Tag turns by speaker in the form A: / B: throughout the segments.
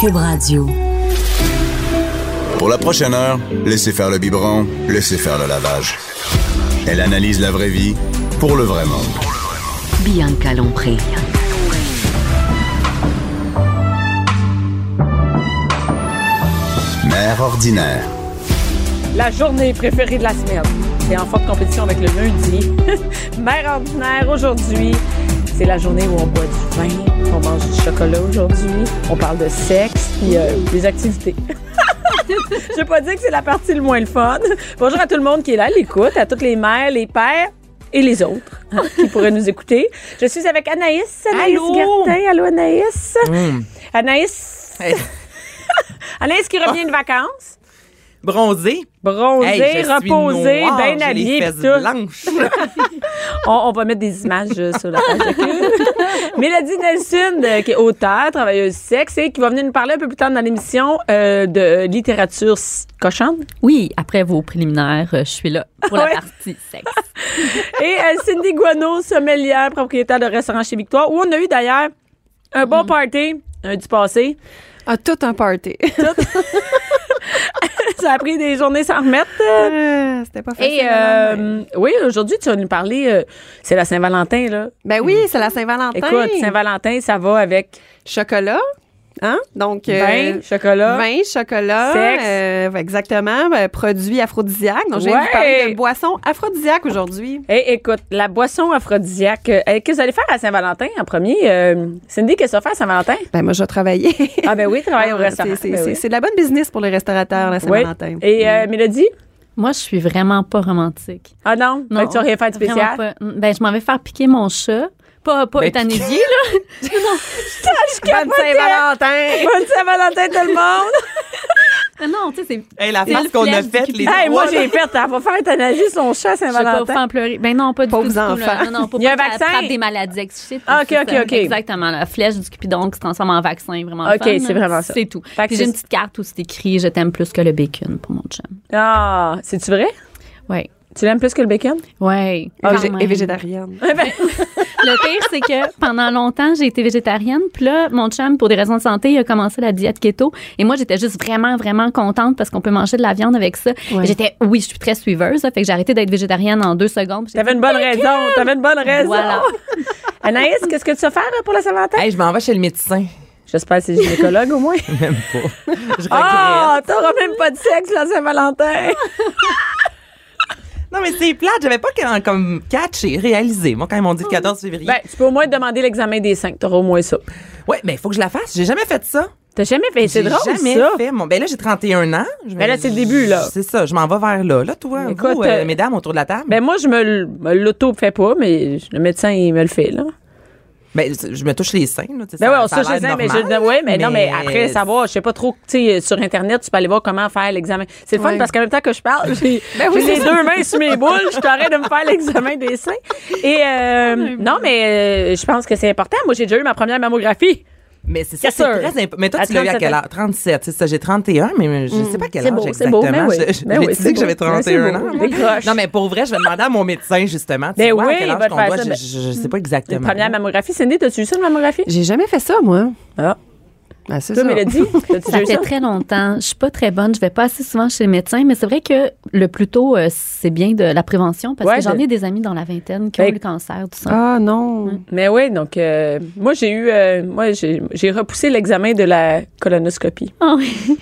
A: Cube Radio.
B: Pour la prochaine heure, laissez faire le biberon, laissez faire le lavage. Elle analyse la vraie vie pour le vrai monde.
A: Bianca Lompré.
B: Mère ordinaire.
C: La journée préférée de la semaine. C'est en forte compétition avec le lundi. Mère ordinaire aujourd'hui. C'est la journée où on boit du vin, on mange du chocolat aujourd'hui, on parle de sexe puis euh, des activités. Je vais pas dire que c'est la partie le moins le fun. Bonjour à tout le monde qui est là, à l'écoute, à toutes les mères, les pères et les autres hein, qui pourraient nous écouter. Je suis avec Anaïs, Anaïs
D: Allô?
C: Gertin. Allô Anaïs. Anaïs.
D: Hmm. Hey.
C: Anaïs qui revient de vacances.
D: bronzé.
C: Bronzé,
D: Hey, je suis
C: reposé,
D: noire,
C: bien
D: j'ai
C: habillé.
D: les
C: pis
D: fesses
C: tout.
D: blanches.
C: On, on va mettre des images euh, sur la page. de Cube. Mélodie Nelson, euh, qui est auteure, travailleuse sexe, et qui va venir nous parler un peu plus tard dans l'émission euh, de littérature s- cochonne.
E: Oui, après vos préliminaires, euh, je suis là pour
C: Ouais.
E: la partie sexe.
C: Et euh, Cindy Guano, sommelière, propriétaire de restaurant chez Victoire, où on a eu d'ailleurs un bon party euh, du passé.
F: Ah, tout un party.
C: Ça a pris des journées sans remettre. euh,
F: Euh, C'était pas facile.
C: Et
F: le lendemain.
C: euh, oui, aujourd'hui, tu vas nous parler, euh, c'est la Saint-Valentin, là.
F: ben oui, c'est la Saint-Valentin.
C: Écoute, Saint-Valentin, ça va avec
F: chocolat. Hein? Donc, euh,
C: vin, chocolat.
F: vin, chocolat.
C: Sexe.
F: euh, exactement. ben, produits aphrodisiaques. Donc, j'ai
C: Ouais.
F: envie de parler de boissons aphrodisiaques aujourd'hui.
C: Hey, écoute, la boisson aphrodisiaque, euh, hey, qu'est-ce que vous allez faire à Saint-Valentin en premier? Euh, Cindy, qu'est-ce que tu vas faire à Saint-Valentin?
F: Ben, moi, je vais travailler.
C: Ah ben oui, travailler au restaurant.
F: C'est- C'est
C: Ben
F: c'est-
C: oui.
F: c'est de la bonne business pour les restaurateurs, la
C: Oui.
F: Saint-Valentin. Mm.
C: Et euh, Mélodie?
E: Moi, je suis vraiment pas romantique.
C: Ah non? Fait que tu vas rien faire de
E: vraiment
C: spécial?
E: pas. Ben, je m'en vais faire piquer mon chat. Pas, pas
D: Ben,
E: euthanasier, là.
F: Bonne Saint-Valentin!
C: Bonne Saint-Valentin tout le monde!
E: Ah Non, tu sais, c'est.
D: Hey, la
E: C'est
D: face
E: le
D: qu'on a
E: flash du
D: faite,
E: cul.
D: les
C: hey, moi
D: trois,
C: j'ai fait, elle va faire euthanasie son chat à
E: Je vais pas vous
C: Saint-Valentin.
E: faire pleurer. Ben non, pas du
F: Pauvres
E: tout. du tout, là.
F: enfants.
E: Non, non, pas
C: Il y a un
E: pour que ça
C: vaccin?
E: attrape des maladies excites.
C: Ah,
E: c'est
C: ok,
E: ça.
C: ok, ok.
E: Exactement. La flèche du cupidon qui se transforme en vaccin, vraiment. le
C: Ok,
E: fun,
C: c'est
E: là.
C: vraiment ça.
E: C'est tout.
C: Fait que
E: Puis
C: c'est-
E: j'ai une petite carte où c'est écrit Je t'aime plus que le bacon pour mon chum.
C: Ah, c'est-tu vrai?
E: Ouais.
C: Tu l'aimes plus que le bacon?
E: Ouais.
F: Ah,
E: quand
F: j'ai-
E: même.
F: et végétarienne.
E: Le pire, c'est que pendant longtemps, j'ai été végétarienne. Puis là, mon chum, pour des raisons de santé, il a commencé la diète keto. Et moi, j'étais juste vraiment, vraiment contente parce qu'on peut manger de la viande avec ça. Et J'étais, oui, je suis très suiveuse. là, fait que j'ai arrêté d'être végétarienne en deux secondes. Puis j'ai
C: T'avais une bonne raison, t'avais une bonne raison.
E: Voilà.
C: Anaïs, qu'est-ce que tu vas faire pour la Saint-Valentin?
D: Hey, je m'en vais chez le médecin.
C: J'espère que c'est gynécologue au moins.
D: Même pas. Je regrette.
C: Ah, t'auras même pas de sexe la Saint-Valentin!
D: Non, mais c'est plate. J'avais pas comme- comme catch et réalisé. Moi, quand ils m'ont dit le 14 février.
C: Ben, tu peux au moins te demander l'examen des cinq. T'auras au moins ça.
D: ouais, mais il faut que je la fasse. J'ai jamais fait ça.
C: T'as jamais fait. C'est
D: J'ai
C: drôle,
D: jamais
C: ça.
D: fait. Mon... Ben là, j'ai 31 ans. Je
C: Mais là,
D: vais-
C: c'est le début, là.
D: C'est ça. Je m'en vais vers là. Là, toi,
C: Écoute,
D: vous, euh,
C: euh,
D: mesdames, autour de la table.
C: Ben, moi, je me l- me l'auto-fais pas, mais le médecin, il me le fait, là.
D: Ben, je me touche les seins. Là, tu sais,
C: Ben oui, on
D: ça-
C: se
D: ça a
C: chez
D: l'air
C: mais je
D: normal,
C: ouais, mais, non, mais après savoir, je sais pas trop, tu sais, sur Internet, tu peux aller voir comment faire l'examen. C'est le fun
F: Ouais.
C: parce qu'en même temps que je parle, j'ai
F: Ben oui,
C: j'ai les
F: c'est
C: deux mains sur mes boules, je t'arrête de me faire l'examen des seins. Et euh, non, mais euh, je pense que c'est important. Moi, j'ai déjà eu ma première mammographie.
D: Mais c'est ça,
C: Yes,
D: c'est
C: sir.
D: très important. Mais toi,
C: À
D: tu l'as eu à
C: 37.
D: quel âge? 37, c'est ça. J'ai 31, mais je sais pas quel
C: C'est
D: âge
C: beau, c'est
D: exactement.
C: beau, mais oui.
D: Je- Je,
C: Mais
D: l'ai
C: oui, c'est
D: dit que
C: beau.
D: j'avais
C: Mais c'est
D: 31
C: beau,
D: ans.
C: décroche.
D: Non, mais pour vrai, je vais demander à mon médecin, justement. Tu
C: Ben
D: vois,
C: oui,
D: à quel
C: il
D: âge
C: va te
D: qu'on
C: faire
D: doit,
C: ça,
D: je,
C: ben-
D: je- je sais pas
C: Une
D: exactement.
C: première mammographie. Cindy, t'as-tu eu ça, une mammographie?
F: J'ai jamais fait ça, moi.
C: Ah.
F: Ben, c'est
C: Toi,
F: ça.
C: Mélodie, t'as-tu
E: Ça
C: déjà eu
E: fait
C: ça?
E: très longtemps. Je suis pas très bonne. Je vais pas assez souvent chez le médecin, mais c'est vrai que le plus tôt, euh, c'est bien de la prévention parce
C: Ouais,
E: que j'en
C: de-
E: ai des amis dans la vingtaine qui ont
C: Ben,
E: eu le cancer du sang.
F: Ah, non.
C: Mais oui, donc euh, moi j'ai eu euh, moi j'ai j'ai repoussé l'examen de la colonoscopie.
E: Ah oui.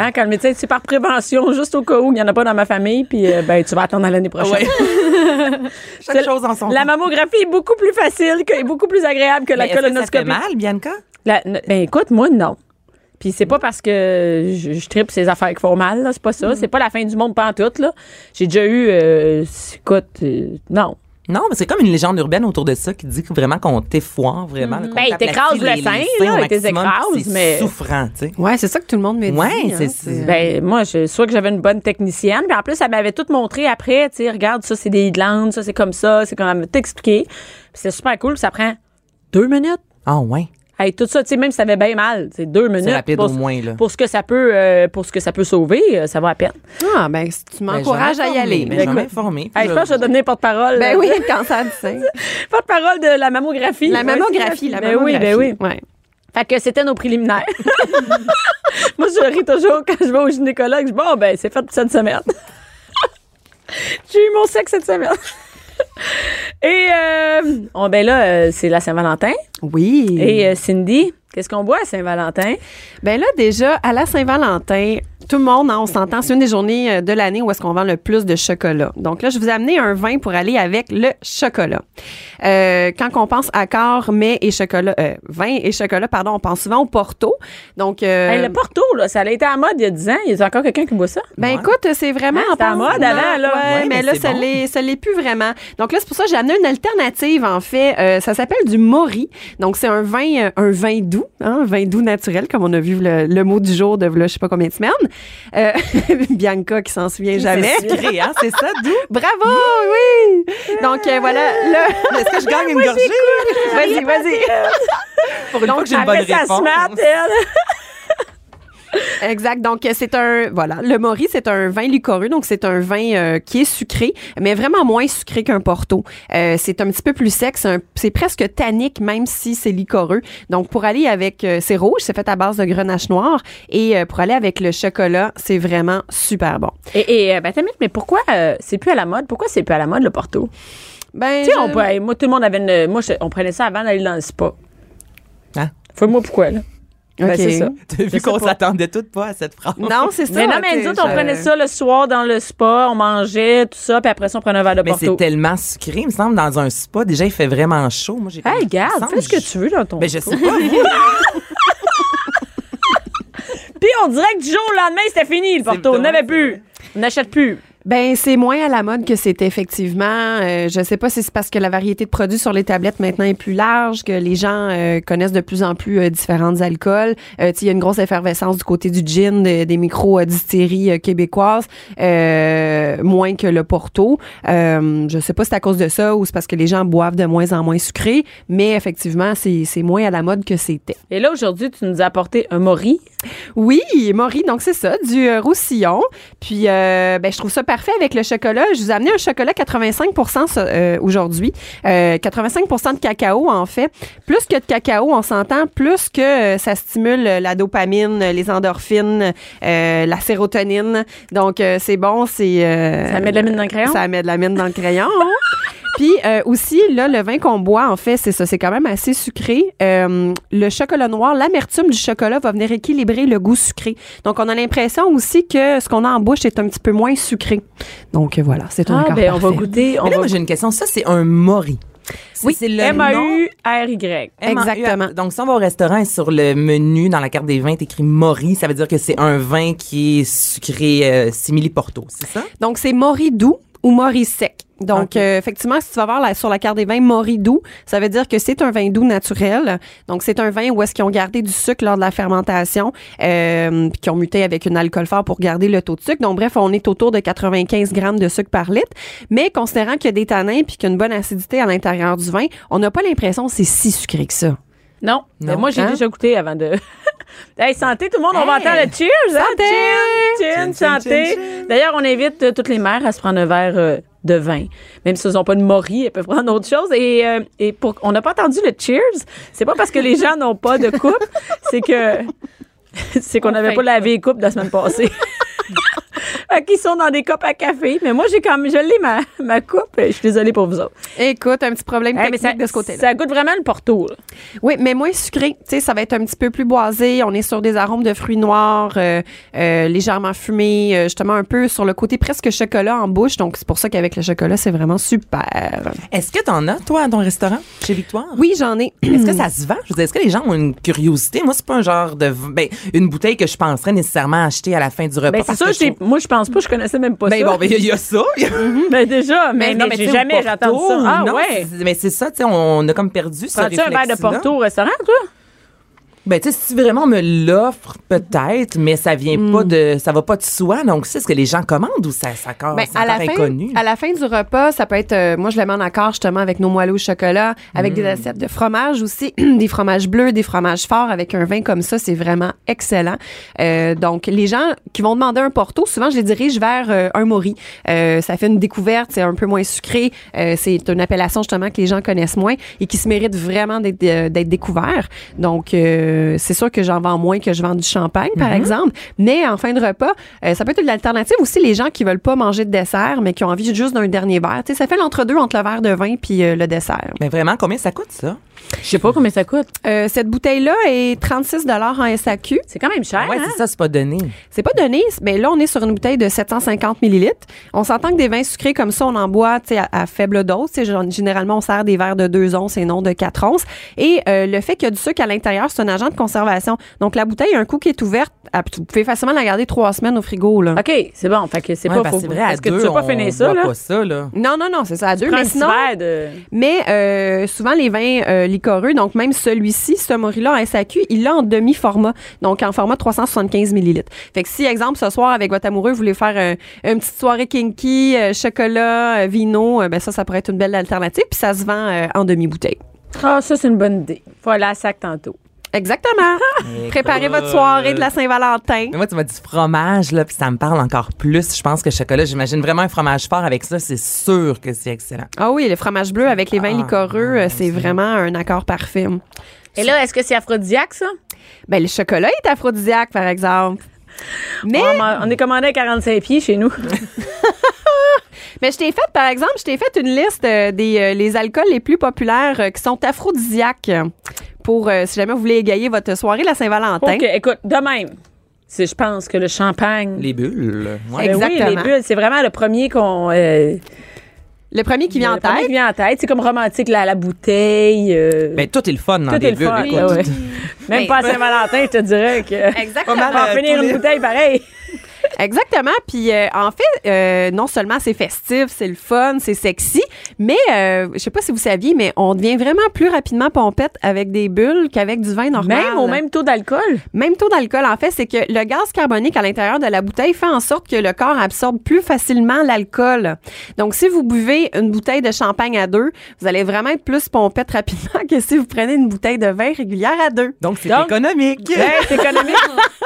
C: Hein, quand le médecin dit, c'est par prévention, juste au cas où il n'y en a pas dans ma famille, puis euh, ben tu vas attendre à l'année prochaine.
D: Ouais.
C: C'est-
D: Chaque chose en son
C: La
D: temps.
C: mammographie est beaucoup plus facile que, est beaucoup plus agréable que la
D: Mais est-ce que Ça fait
C: colonoscopie.
D: mal, Bianca?
C: La- n- ben écoute, moi non. Puis c'est pas parce que je, je tripe ces affaires qui font mal, là, c'est pas
D: Mm.
C: ça. C'est pas la fin du monde pantoute, là. J'ai déjà eu, euh, écoute, euh, non.
D: Non, mais c'est comme une légende urbaine autour de ça qui dit que vraiment qu'on t'effoire, vraiment. là, qu'on
C: Ben, il
D: t'aplatit
C: t'écrase le
D: les- les
C: sein,
D: seins
C: là,
D: au
C: il t'écrase,
D: maximum, puis c'est
C: mais-
D: souffrant, tu sais.
F: Ouais, c'est ça que tout le monde me dit.
D: Ouais,
F: hein,
D: c'est-
C: Ben, moi, je soit que j'avais une bonne technicienne, puis en plus, elle m'avait tout montré après, tu sais, regarde, ça, c'est des glandes, ça, c'est comme ça, c'est comme, elle m'a tout expliqué. Puis c'est super cool, puis ça prend deux minutes.
D: Ah, ouais.
C: Hey, tout ça, tu sais, même si ça avait bien mal, c'est deux minutes.
D: rapide
C: pour,
D: au moins, là.
C: Pour ce que ça peut, euh, pour ce que ça peut sauver, euh, ça va à peine.
F: Ah, ben, si
D: Ben,
F: tu
D: je vais
F: m'encourages à y
D: m'informer,
F: aller.
D: ben, Je vais
C: Écoute.
D: m'informer. puis
C: Hey, je pense que je vais devenir porte-parole.
F: Ben
C: euh,
F: oui, le cancer du sein.
C: Porte-parole de la mammographie.
F: La
C: Ouais,
F: mammographie, la
C: ben
F: mammographie.
C: Oui, ben oui.
F: Ouais.
C: Fait que c'était nos préliminaires. Moi, je ris toujours quand je vais au gynécologue. Je dis, bon, ben, c'est fait pour cette semaine. J'ai eu mon sexe cette semaine. Et, euh, on, ben là, euh, c'est la Saint-Valentin.
F: Oui.
C: Et euh, Cindy, qu'est-ce qu'on boit à
D: Euh,
C: Saint-Valentin?
F: Ben là, déjà, à la Saint-Valentin, tout le monde, hein, on s'entend, c'est une des journées euh, de l'année où est-ce qu'on vend le plus de chocolat. Donc là, je vous ai amené un vin pour aller avec le chocolat. Euh, quand on pense accord, mets et chocolat, euh, vin et chocolat, pardon, on pense souvent au Porto. Donc, euh,
C: Hey, le Porto, là, ça a été à la mode il y a 10 ans. Il y a encore quelqu'un qui boit ça?
F: ben écoute, c'est vraiment
C: Hein, c'était à
F: pense-
C: mode avant,
F: Non,
C: là.
F: ouais,
D: Ouais,
F: mais,
D: mais
F: là,
D: c'est
F: ça
D: bon.
F: l'est, ça l'est plus vraiment. Donc là, c'est pour ça que j'ai amené une alternative, en fait. Euh, ça s'appelle du Mori. Donc, c'est un vin, euh, un vin doux, hein, un vin doux naturel, comme on a vu le, le mot du jour de, là, je sais pas combien de semaines. Euh, Bianca qui s'en souvient jamais.
D: C'est sucré, hein, c'est ça, d'où?
F: Bravo, oui! Donc, euh, voilà, là,
D: Est-ce que je gagne une gorgée?
F: vas-y, vas-y.
D: Pour une fois que j'ai une
C: Elle
D: bonne
C: fait sa
D: réponse.
C: smart, elle.
F: Exact. Donc, euh, c'est un, voilà, le Mori, c'est un vin licoreux. Donc, c'est un vin euh, qui est sucré, mais vraiment moins sucré qu'un Porto. Euh, c'est un petit peu plus sec. C'est un- C'est presque tannique, même si c'est licoreux. Donc, pour aller avec, euh, c'est rouge, c'est fait à base de grenache noire. Et euh, pour aller avec le chocolat, c'est vraiment super bon.
C: Et, et, euh, ben, t'as mis- mais pourquoi euh, c'est plus à la mode? Pourquoi c'est plus à la mode, le Porto?
F: Ben,
C: Tu sais,
F: je-
C: on prenait- moi, tout le monde avait une. Moi, je- on prenait ça avant d'aller dans le spa.
D: Hein?
C: Faut-moi pourquoi, là? Ben,
F: Ok.
C: c'est ça.
D: T'as vu qu'on s'attendait toutes pas à cette phrase.
F: Non, c'est ça.
C: Mais non, mais
F: tu
C: nous
F: sais,
C: autres, on
F: je-
C: prenait
D: euh,
C: ça le soir dans le spa, on mangeait, tout ça, puis après ça, on prenait un verre de
D: Mais c'est
C: Porto.
D: tellement sucré, il me semble, dans un spa. Déjà, il fait vraiment chaud. Moi, j'ai
C: Hey, regarde, fais ce que tu veux dans ton.
D: Mais je sais pas.
C: Puis on dirait que du jour au lendemain, c'était fini, le Porto. On
D: ouais,
C: n'avait
D: c'est
C: plus. On n'achète plus.
F: Ben c'est moins à la mode que c'était effectivement. Euh, je sais pas si c'est parce que la variété de produits sur les tablettes maintenant est plus large, que les gens euh, connaissent de plus en plus euh, différents alcools. Euh, tu sais, il y a une grosse effervescence du côté du gin, de- des micro euh, distilleries euh, québécoises, euh, moins que le Porto. Euh, je sais pas si c'est à cause de ça ou c'est parce que les gens boivent de moins en moins sucré, mais effectivement c'est c'est moins à la mode que c'était.
C: Et là, aujourd'hui, tu nous as apporté un mori.
F: Oui, Maury, donc c'est ça, du euh, roussillon. Puis, euh, ben, je trouve ça parfait avec le chocolat. Je vous ai amené un chocolat 85 ce- euh, aujourd'hui. Euh, 85 de cacao, en fait. Plus que de cacao, on s'entend, plus que euh, ça stimule euh, la dopamine, euh, les endorphines, euh, la sérotonine. Donc, euh, c'est bon, c'est... euh,
C: Ça met de la mine dans le crayon?
F: ça met de la mine dans le crayon. Puis euh, aussi, là, le vin qu'on boit, en fait, c'est ça, c'est quand même assez sucré. Euh, le chocolat noir, l'amertume du chocolat va venir équilibrer le goût sucré. Donc, on a l'impression aussi que ce qu'on a en bouche est un petit peu moins sucré. Donc, euh, voilà, c'est un
C: Ah,
F: accord
C: ben, on va
F: parfait.
C: goûter. On
D: Mais là,
C: va
D: moi, j'ai une question. Ça, c'est un mori. Oui, c'est le nom.
C: M-A-U-R-Y.
D: M-A-U.
F: Exactement.
D: Donc, si on va au restaurant et sur le menu, dans la carte des vins, est écrit mori, ça veut dire que c'est un vin qui est sucré euh, simili porto, c'est ça?
F: Donc, c'est mori doux ou mori sec. Donc,
D: Ok.
F: euh, effectivement, si tu vas voir la- sur la carte des vins mori doux, ça veut dire que c'est un vin doux naturel. Donc, c'est un vin où est-ce qu'ils ont gardé du sucre lors de la fermentation, euh, puis qui ont muté avec un alcool fort pour garder le taux de sucre. Donc, bref, on est autour de 95 grammes de sucre par litre. Mais considérant qu'il y a des tanins puis qu'il y a une bonne acidité à l'intérieur du vin, on n'a pas l'impression que c'est si sucré que ça.
C: Non. Ben,
D: Non.
C: moi, j'ai
F: Hein?
C: déjà goûté avant de. hey, santé, tout le monde, on va
D: Hey!
C: entendre le cheers. hein?
F: Santé!
C: Cheers, cheers,
D: Chin, chin,
C: santé.
D: chin, chin.
C: D'ailleurs, on invite euh, toutes les mères à se prendre un verre euh, de vin. Même si elles n'ont pas de mori, elles peuvent prendre autre chose. Et, euh, et pour... on n'a pas entendu le cheers. C'est pas parce que les gens n'ont pas de coupe, c'est que. c'est qu'on n'avait
E: fait
C: pas lavé les coupes la semaine passée. Qui sont dans des copes à café. Mais moi, j'ai quand même, je l'ai ma, ma coupe. Je suis désolée pour vous autres.
F: Écoute, un petit problème
C: Hey, mais
F: technique
C: ça,
F: de ce côté-là.
C: ça goûte vraiment le porto. là.
F: Oui, mais moins sucré. Tu sais, ça va être un petit peu plus boisé. On est sur des arômes de fruits noirs, euh, euh, légèrement fumés, euh, justement un peu sur le côté presque chocolat en bouche. Donc, c'est pour ça qu'avec le chocolat, c'est vraiment super.
D: Est-ce que t'en as, toi, à ton restaurant, chez Victoire?
F: Oui, j'en ai.
D: Est-ce que ça se vend? Je veux dire, est-ce que les gens ont une curiosité? Moi, c'est pas un genre de. v- Ben, une bouteille que je penserais nécessairement acheter à la fin du repas.
C: Ben, c'est
D: parce
C: ça,
D: que je
C: j'ai-
D: trouve-
C: moi, je pense pas, je connaissais même pas
D: Ben,
C: ça.
D: bon, ben, il y a- il y a ça. il y a-
C: Mais déjà, mais,
D: Eh, non,
C: mais
D: tu
C: j'ai
D: sais, au
C: jamais
D: Porto,
C: entendu ça. Ah
D: non,
C: ouais.
D: c'est- Mais c'est ça, tu sais, on, on a comme perdu ce
C: Prends-tu un verre de
D: réflexe-là.
C: Porto au restaurant, toi?
D: Ben, tu sais, si vraiment on me l'offre, peut-être, mais ça vient
C: Hmm.
D: pas de, ça va pas de soi. Donc, c'est ce que les gens commandent ou ça, ça, corps-
F: Ben,
D: c'est
F: à, la
D: encore
F: fin,
D: inconnu.
F: à la fin du repas, ça peut être, euh, moi je le mets en accord justement avec nos moelleux au chocolat, avec des assiettes de fromage aussi, des fromages bleus, des fromages forts, avec un vin comme ça, c'est vraiment excellent. Euh, donc les gens qui vont demander un porto, souvent je les dirige vers euh, un mori. Euh, ça fait une découverte, c'est un peu moins sucré, euh, c'est une appellation justement que les gens connaissent moins et qui se mérite vraiment d'être euh, d'être découvert. Donc euh, euh, c'est sûr que j'en vends moins que je vends du champagne, par exemple. Mais en fin de repas, euh, ça peut être une alternative aussi les gens qui veulent pas manger de dessert, mais qui ont envie juste d'un dernier verre. Tu sais, ça fait l'entre-deux entre le verre de vin puis euh, le dessert.
D: Mais Ben, vraiment, combien ça coûte, ça?
G: Je sais pas combien ça coûte.
F: Euh, cette bouteille-là est 36 en SAQ.
C: C'est quand même cher.
D: Ah ouais,
C: hein?
D: c'est ça, c'est pas donné.
F: C'est pas donné, mais là, on est sur une bouteille de 750 millilitres. On s'entend que des vins sucrés comme ça, on en boit tu sais, à, à faible dose. Tu sais, gen- Généralement, on sert des verres de 2 onces et non de 4 onces. Et euh, le fait qu'il y a du sucre à l'intérieur, c'est un agent de conservation. Donc, la bouteille, un coup qui est ouverte, elle- vous pouvez facilement la garder trois semaines au frigo. Là.
C: OK, c'est bon. Fait que c'est
D: Ouais,
C: pas
D: parce
C: faux.
D: que c'est vrai, à
C: Est-ce que
D: deux,
C: tu veux pas
D: on
C: finir ça,
D: boit
C: là?
D: pas ça, là.
F: Non, non, non, c'est ça, à deux.
C: Prends un
F: Mais
C: petit
F: sinon,
C: verre de-
F: mais euh, souvent, les vins euh, liquoreux, donc même celui-ci, ce Morilla en SAQ, il l'a en demi-format, donc en format 375 millilitres. Fait que si, exemple, ce soir, avec votre amoureux, vous voulez faire un- une petite soirée kinky, euh, chocolat, euh, vino, euh, ben ça, ça pourrait être une belle alternative, puis ça se vend euh, en demi-bouteille.
C: Ah, ça, c'est une bonne idée. Faut aller à sac tantôt.
F: Exactement. Préparez votre soirée de la Saint-Valentin.
D: Mais moi, tu m'as dit fromage, là, puis ça me parle encore plus. Je pense que chocolat, j'imagine vraiment un fromage fort avec ça, c'est sûr que c'est excellent.
F: Ah oui, le fromage bleu avec les vins liquoreux, euh, c'est vraiment un accord parfait.
C: Et là, est-ce que c'est aphrodisiaque, ça?
F: Ben, le chocolat est aphrodisiaque, par exemple. Mais
D: Eh!
C: On, en- on est commandé à 45 pieds chez nous.
F: Mais je t'ai fait, par exemple, je t'ai fait une liste euh, des euh, les alcools les plus populaires euh, qui sont aphrodisiaques euh, pour euh, si jamais vous voulez égayer votre soirée la Saint-Valentin.
C: OK, écoute, de même, c'est- je pense que le champagne.
D: Les bulles. Ouais.
C: Ben oui,
F: Exactement.
C: les bulles, c'est vraiment le premier qu'on. euh,
F: Le premier qui vient en
C: le premier
F: tête.
C: qui vient en tête. C'est comme romantique, la, la bouteille. euh,
D: Ben, tout est le fun dans
C: tout
D: des
C: est le
D: bulles.
C: fun.
D: écoute.
C: là, ouais.
F: Ben,
C: Même pas à Saint-Valentin, je te dirais que.
F: Exactement.
C: On va en finir une bouteille pareil.
F: Exactement. Puis euh, en fait, euh, non seulement c'est festif, c'est le fun, c'est sexy, mais euh, je sais pas si vous saviez, mais on devient vraiment plus rapidement pompette avec des bulles qu'avec du vin normal.
C: Même au même taux d'alcool.
F: Même taux d'alcool, en fait, c'est que le gaz carbonique à l'intérieur de la bouteille fait en sorte que le corps absorbe plus facilement l'alcool. Donc, si vous buvez une bouteille de champagne à deux, vous allez vraiment être plus pompette rapidement que si vous prenez une bouteille de vin régulière à deux.
D: Donc, c'est
C: Donc-
D: économique.
C: Ben, c'est économique.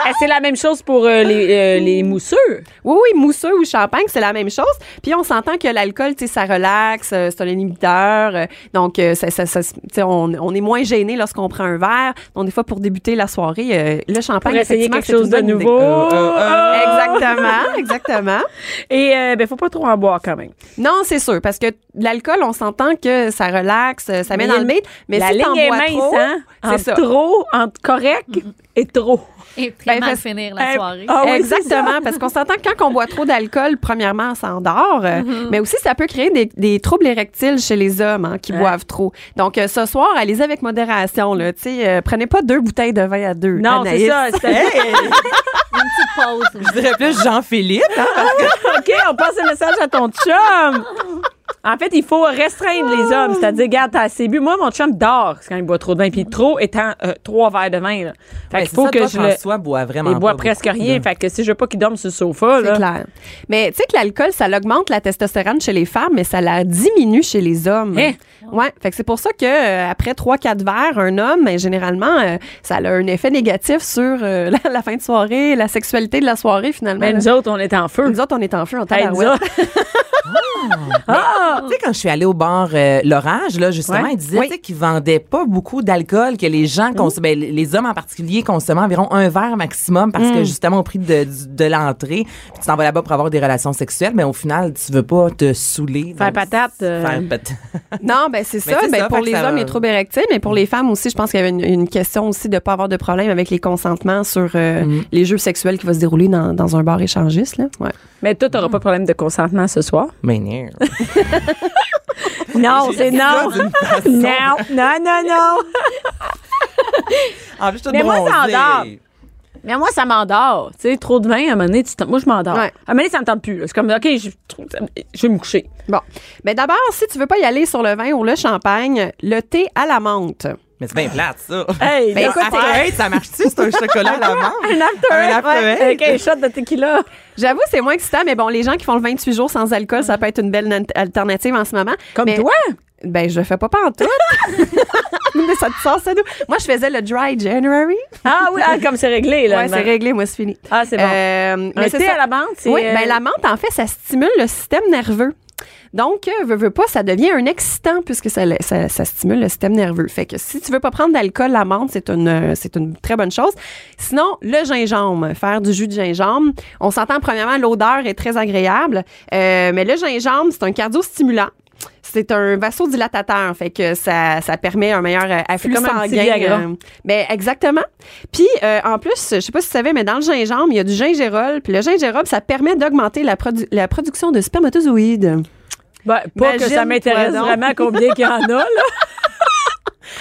C: Eh, c'est la même chose pour euh, les, euh,
F: Mmh.
C: les mousseux.
F: Oui, oui, mousseux ou champagne, c'est la même chose. Puis on s'entend que l'alcool, tu sais, ça relaxe, euh, c'est un inhibiteur. euh, donc, euh, ça, ça, ça- tu sais, on, on est moins gêné lorsqu'on prend un verre. Donc, des fois, pour débuter la soirée, euh, le champagne,
C: Pour essayer
F: effectivement,
C: quelque
F: c'est une
C: chose de
F: bonne idée.
C: nouveau.
F: euh.
C: Ah!
F: Exactement, exactement.
C: Et euh, ben, faut pas trop en boire quand même.
F: Non, c'est sûr, parce que l'alcool, on s'entend que ça relaxe, euh, ça met
C: Mais
F: dans le
C: il-
F: beat, mais
C: la
F: si t'en
C: ligne est
F: bois
C: mince,
F: trop,
C: hein?
F: c'est
C: Entre
F: ça. Mmh.
C: trop, entre correct et trop.
E: Et très
F: Ben,
E: mal
F: parce-
E: finir la
C: Eh,
E: soirée.
C: ah oui, c'est
F: Exactement, parce qu'on s'entend que quand on boit trop d'alcool, premièrement, ça endort, euh,
C: Mm-hmm.
F: mais aussi ça peut créer des, des troubles érectiles chez les hommes hein, qui boivent trop. Donc euh, ce soir, allez-y avec modération, là, tu sais, euh, prenez pas deux bouteilles de vin à deux.
C: Non, c'est
F: Anaïs.
C: ça. c'est-
E: Une petite pause.
D: Je dirais plus Jean-Philippe. hein, parce que-
C: OK, on passe le message à ton chum. En fait, il faut restreindre les hommes. C'est-à-dire, regarde, t'as assez bu. Moi, mon chum dort quand il boit trop de vin. Puis trop étant euh, trois verres de vin. Là. Fait
D: Ouais,
C: qu'il
D: c'est
C: faut
D: ça,
C: que
D: toi,
C: je le...
D: François boit vraiment
C: Il boit
D: pas
C: presque
D: beaucoup,
C: rien.
D: là.
C: Fait que si je veux pas qu'il dorme sur le sofa,
F: C'est
C: là...
F: clair. Mais tu sais que l'alcool, ça augmente la testostérone chez les femmes, mais ça la diminue chez les hommes.
C: Hein?
F: Ouais, fait que c'est pour ça que euh, après 3 4 verres, un homme, ben, généralement euh, ça a un effet négatif sur euh, la, la fin de soirée, la sexualité de la soirée finalement.
C: Mais
F: là.
C: Ben, nous autres, on est en feu.
F: Nous autres, on est en feu, on
C: Hey,
F: tabarouette.
C: nous autres,
D: Tu sais, quand je suis allée au bar euh, L'Orage, là, justement,
C: Oh. Ouais. Mmh.
D: ils disaient
F: Oui.
D: tu sais, qu'ils vendaient pas beaucoup d'alcool, que les gens, cons- ben, les hommes en particulier, consommaient environ un verre maximum parce
C: Mmh.
D: que, justement, au prix de, du- de l'entrée, puis tu t'en vas là-bas pour avoir des relations sexuelles, mais au final, tu veux pas te saouler.
C: Faire
D: Donc,
C: patate, euh.
D: Faire patate.
F: Non, ben c'est
D: Mais
F: ça.
D: c'est
F: Ben,
D: ça,
F: pour
D: fait que
F: les
D: ça
F: hommes,
D: va-
F: les troubles érectiles, mais pour les femmes aussi, je pense qu'il y avait une, une question aussi de ne pas avoir de problème avec les consentements sur euh, les jeux sexuels qui vont se dérouler dans, dans un bar échangiste. Là. Ouais.
C: Mais toi, t'auras pas de problème de consentement ce soir.
D: Mais non.
C: Non,
D: J'ai
C: c'est
D: dit ça
C: non.
D: d'une façon-
C: Non, non, non, non.
D: En plus, je suis toute
C: Mais moi, ça
D: bronzée.
C: endort. Mais moi, ça m'endort. Tu sais, trop de vin, à un moment donné, tu t'en- moi, je m'endors.
F: Ouais.
C: À un moment donné, ça me tente plus. là. C'est comme, OK, je, je vais me coucher.
F: Bon. Mais d'abord, si tu veux pas y aller sur le vin ou le champagne, le thé à la menthe.
D: Mais c'est bien plate, ça.
C: Hey,
F: Ben,
C: là,
F: écoute,
D: After Eight, ça marche-tu? C'est un chocolat à la menthe? Un
C: after,
D: after
C: ouais,
D: eight.
C: avec un shot de tequila.
F: J'avoue, c'est moins excitant, mais bon, les gens qui font le 28 jours sans alcool, ça peut être une belle nan- alternative en ce moment.
C: Comme
F: Mais-
C: toi.
F: Ben, je le fais pas pas en tout. mais ça te sort, ça nous. Moi, je faisais le dry January.
C: Ah oui, ah, comme c'est réglé. Là,
F: Ouais, c'est réglé, moi, c'est fini.
C: Ah, c'est bon.
F: Euh,
C: Un
F: c'est
C: thé
F: ça.
C: à la menthe, c'est...
F: Oui,
C: euh,
F: ben la menthe, en fait, ça stimule le système nerveux. Donc, euh, veux, veux pas, ça devient un excitant puisque ça, la- ça, ça stimule le système nerveux. Fait que si tu veux pas prendre d'alcool, l'amande, c'est une, euh, c'est une très bonne chose. Sinon, le gingembre, faire du jus de gingembre. On s'entend, premièrement, l'odeur est très agréable, euh, mais le gingembre, c'est un cardio-stimulant. C'est un vasodilatateur, fait que ça, ça permet un meilleur euh, afflux
C: comme un petit
F: sanguin.
C: Viagra.
F: euh, ben exactement. Puis euh, en plus, je sais pas si tu savais, mais dans le gingembre, il y a du gingérol. Puis le gingérol, ça permet d'augmenter la, produ- la production de spermatozoïdes.
C: Ben, pas que
F: Imagine,
C: ça m'intéresse
F: toi donc.
C: vraiment combien qu'il y en a, là.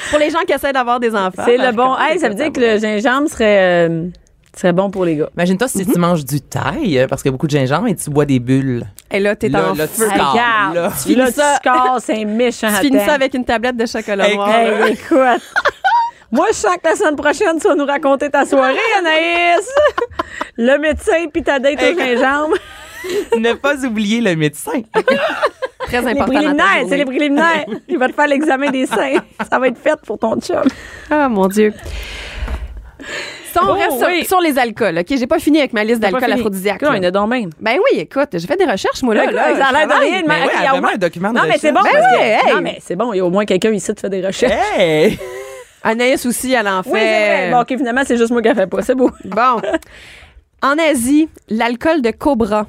F: Pour les gens qui essaient d'avoir des enfants.
C: C'est le
F: par
C: bon.
F: contre,
C: Hey,
F: c'est
C: ça veut dire que
F: bon.
C: le gingembre serait, euh, serait bon pour les gars.
D: Imagine-toi si
C: Mm-hmm.
D: tu manges du taille, euh, parce qu'il y a beaucoup de gingembre, et tu bois des bulles.
F: Et là, t'es
D: Là,
F: en
D: là, tu
F: feu.
D: Hey, Score,
C: Regarde,
D: là.
C: tu finis
F: Là, tu
C: ça. c'est méchant.
F: Tu
C: à
F: finis
C: terre.
F: ça avec une tablette de chocolat
D: Hey,
F: noir.
C: Hey, écoute. Moi, je sens que la semaine prochaine, tu vas nous raconter ta soirée, Anaïs. Le médecin puis ta date au gingembre.
D: ne pas oublier le médecin.
F: Très
C: Les
F: important. dans ta
C: préliminaires,
F: journée.
C: c'est les préliminaires. Il va te faire l'examen des seins. Ça va être fait pour ton chum.
F: Ah, mon Dieu. Si on
C: Bon,
F: reste sur-
C: oui.
F: sur, les alcools, OK? J'ai pas fini avec ma liste d'alcool aphrodisiaque.
C: Là,
F: là.
C: il y en a donc même.
F: Ben oui, écoute, j'ai fait des recherches, moi, là.
C: Là,
F: là,
C: ça a
F: je
C: l'air de
F: travaille.
C: rien. de
D: Mais
C: mal-
D: ouais,
C: ok, il y a
D: vraiment
C: au moins-
D: un document de
C: Non, mais c'est bon.
D: recherche.
C: parce
F: Ben
C: que-
F: ouais, hey.
C: Non, mais c'est bon. Il y a au moins quelqu'un ici qui fait des recherches.
D: Hey!
E: Ah,
F: Anaïs aussi, elle en fait.
C: Oui, c'est vrai. Bon, OK, finalement, c'est juste moi qui ne fait pas. C'est beau.
F: Bon. En Asie, l'alcool de cobra,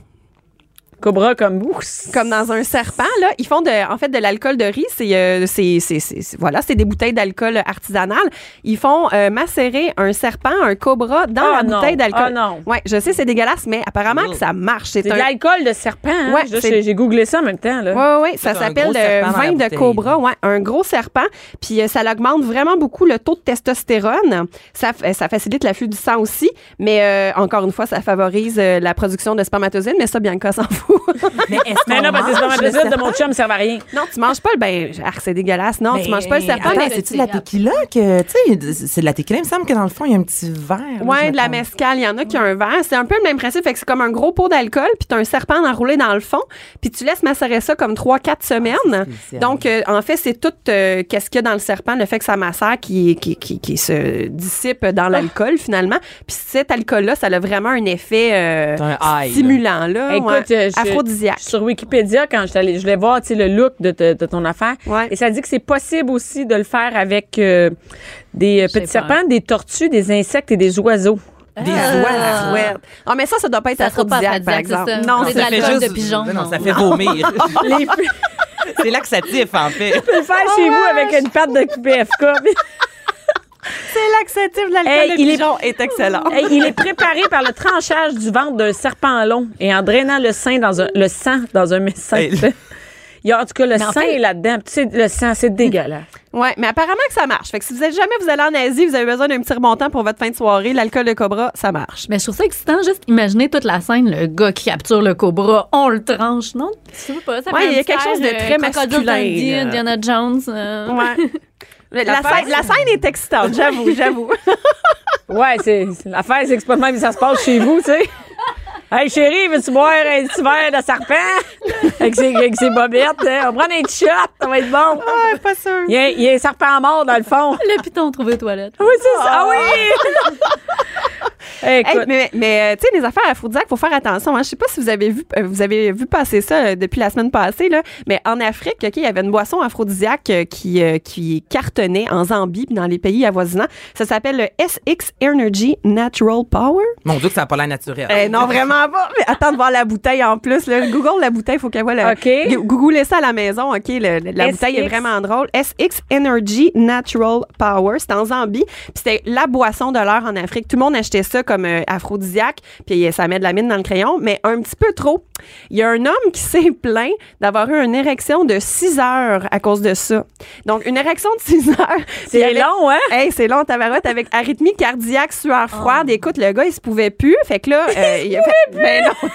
C: Cobra comme vous.
F: comme dans un serpent, là, ils font de, en fait de l'alcool de riz. C'est, euh, c'est, c'est, c'est- c'est- voilà, c'est des bouteilles d'alcool artisanal. Ils font euh, macérer un serpent, un cobra dans
C: Ah
F: la
C: non.
F: bouteille d'alcool.
C: Ah non.
F: Ouais, je sais, c'est dégueulasse, mais apparemment que ça marche. C'est,
C: C'est de
F: un
C: l'alcool de serpent. hein?
F: Ouais,
C: Je-
F: c'est-
C: J'ai googlé ça en même temps. Là.
F: Oui, oui, oui. Ça
D: C'est un
F: s'appelle
D: gros
F: le
D: serpent dans la
F: vin de
D: bouteille.
F: cobra, ouais, un gros serpent. Puis euh, ça augmente vraiment beaucoup le taux de testostérone. Ça, f- euh, ça facilite l'afflux du sang aussi. Mais euh, encore une fois, ça favorise euh, la production de spermatozoïdes. Mais ça, Bianca s'en fout.
D: Mais est-ce
C: Mais non, parce que c'est
D: mange
C: pas
D: le
C: plaisir de
D: serpent?
C: mon chum, ça sert à rien.
F: non, tu manges pas le... Ben, arc, c'est dégueulasse. Non, tu manges pas le serpent,
D: Ben, attends,
F: mais...
D: c'est-tu de la tequila que, tu sais, c'est de la tequila. Il me semble que dans le fond, il y a un petit verre.
F: Ouais, de la
D: messe.
F: mescale, il y en a qui ont un verre. C'est un peu le même principe, fait que c'est comme un gros pot d'alcool, puis t'as un serpent enroulé dans le fond, puis tu laisses macérer ça comme 3-4 semaines.
D: Ah, spécial.
F: Donc, euh, en fait, c'est tout euh, qu'est-ce qu'il y a dans le serpent, le fait que ça macère qui, qui, qui, qui se dissipe
D: Ah.
F: dans l'alcool, finalement. Puis cet alcool-là, ça a vraiment un effet euh,
D: C'est un high, là.
F: stimulant, là.
C: Écoute,
F: Ah, ouais,
C: euh, je-
F: aphrodisiaque.
C: Sur Wikipédia, quand je, allée, je voulais voir tu sais, le look de, te- de ton affaire,
F: Ouais.
C: et ça dit que c'est possible aussi de le faire avec euh, des euh,
E: J'ai
C: petits
E: peur.
C: serpents, des tortues, des insectes et des oiseaux.
D: Des
F: Ah,
D: oiseaux.
F: ouais. Ah, mais ça, ça doit pas être
E: Ça sera pas
F: aphrodisiaque, par
E: aphrodisiaque,
F: exemple.
E: c'est ça.
F: Non,
E: C'est
F: c'est
E: de
F: fait
E: l'alcool
F: juste...
E: de pigeon,
D: Non,
E: non.
D: ça fait vomir.
C: Les filles,
D: c'est laxatif, en fait.
C: le faire chez vous avec une pâte de PFK.
F: C'est laxatif, l'alcool
C: Hey,
F: de
C: il est-
F: pigeon est excellent.
C: Hey, il est préparé par le tranchage du ventre d'un serpent long et en drainant le, sein dans un, le sang dans un médecin.
D: Hey.
C: Il y a en tout cas le
E: en
C: sein
E: fait-
C: est là-dedans. Tu sais, le sang, c'est dégueulasse.
F: Ouais, mais apparemment que ça marche. Fait que si vous êtes jamais vous allez en Asie, vous avez besoin d'un petit remontant pour votre fin de soirée, l'alcool de cobra, ça marche.
E: Mais je trouve ça excitant, juste imaginer toute la scène, le gars qui capture le cobra, on le tranche, non? Tu veux pas, ça
F: Ouais,
E: fait un
F: il y a
E: petit
F: quelque chose de
E: air, euh,
F: très
E: Crocodile
F: masculin,
E: Dundee,
F: là.
E: Indiana Jones. euh,
F: Ouais. la,
C: L'affaire,
F: scène, la scène est excitante, j'avoue, j'avoue.
C: Ouais, c'est c'est- l'affaire, c'est que c'est pas de même que ça se passe chez vous, tu sais. Hey chérie, veux-tu boire un petit verre de serpent avec ses, avec ses bobettes? hein? On prend un petit shot, ça va être bon.
F: ouais, pas sûr.
C: Il y, a, il y a un serpent mort dans le fond.
E: Le piton trouvé aux toilettes.
C: Oui, c'est ça. Ah oui! Ah.
F: Hey,
C: Écoute,
F: mais mais, euh, tu sais, les affaires aphrodisiaques, faut faire attention. Hein. Je sais pas si vous avez vu, euh, vous avez vu passer ça euh, depuis la semaine passée, là, mais en Afrique, ok, il y avait une boisson aphrodisiaque euh, qui, euh, qui cartonnait en Zambie puis dans les pays avoisinants. Ça s'appelle le SX Energy Natural Power.
D: Mon Dieu, que ça n'a pas l'air naturel.
F: Eh, non, vraiment pas. Mais attends de voir la bouteille en plus. Là. Google la bouteille, faut qu'elle voit la.
C: OK.
F: G- Googlez ça à la maison, OK? le- le- la
C: SX.
F: bouteille est vraiment drôle. SX Energy Natural Power. C'est en Zambie. Puis c'était la boisson de l'heure en Afrique. Tout le monde achetait ça comme euh, aphrodisiaque. Puis euh, ça met de la mine dans le crayon, mais un petit peu trop. Il y a un homme qui s'est plaint d'avoir eu une érection de 6 heures à cause de ça. Donc, une érection de 6 heures. Puis il y
C: c'est
F: avait-
C: long, hein?
F: Hey, c'est long, tabarote, avec arythmie cardiaque, sueur
C: Oh.
F: froide. Écoute, le gars, il se pouvait plus. Fait que là, euh, il a fait. Ben non!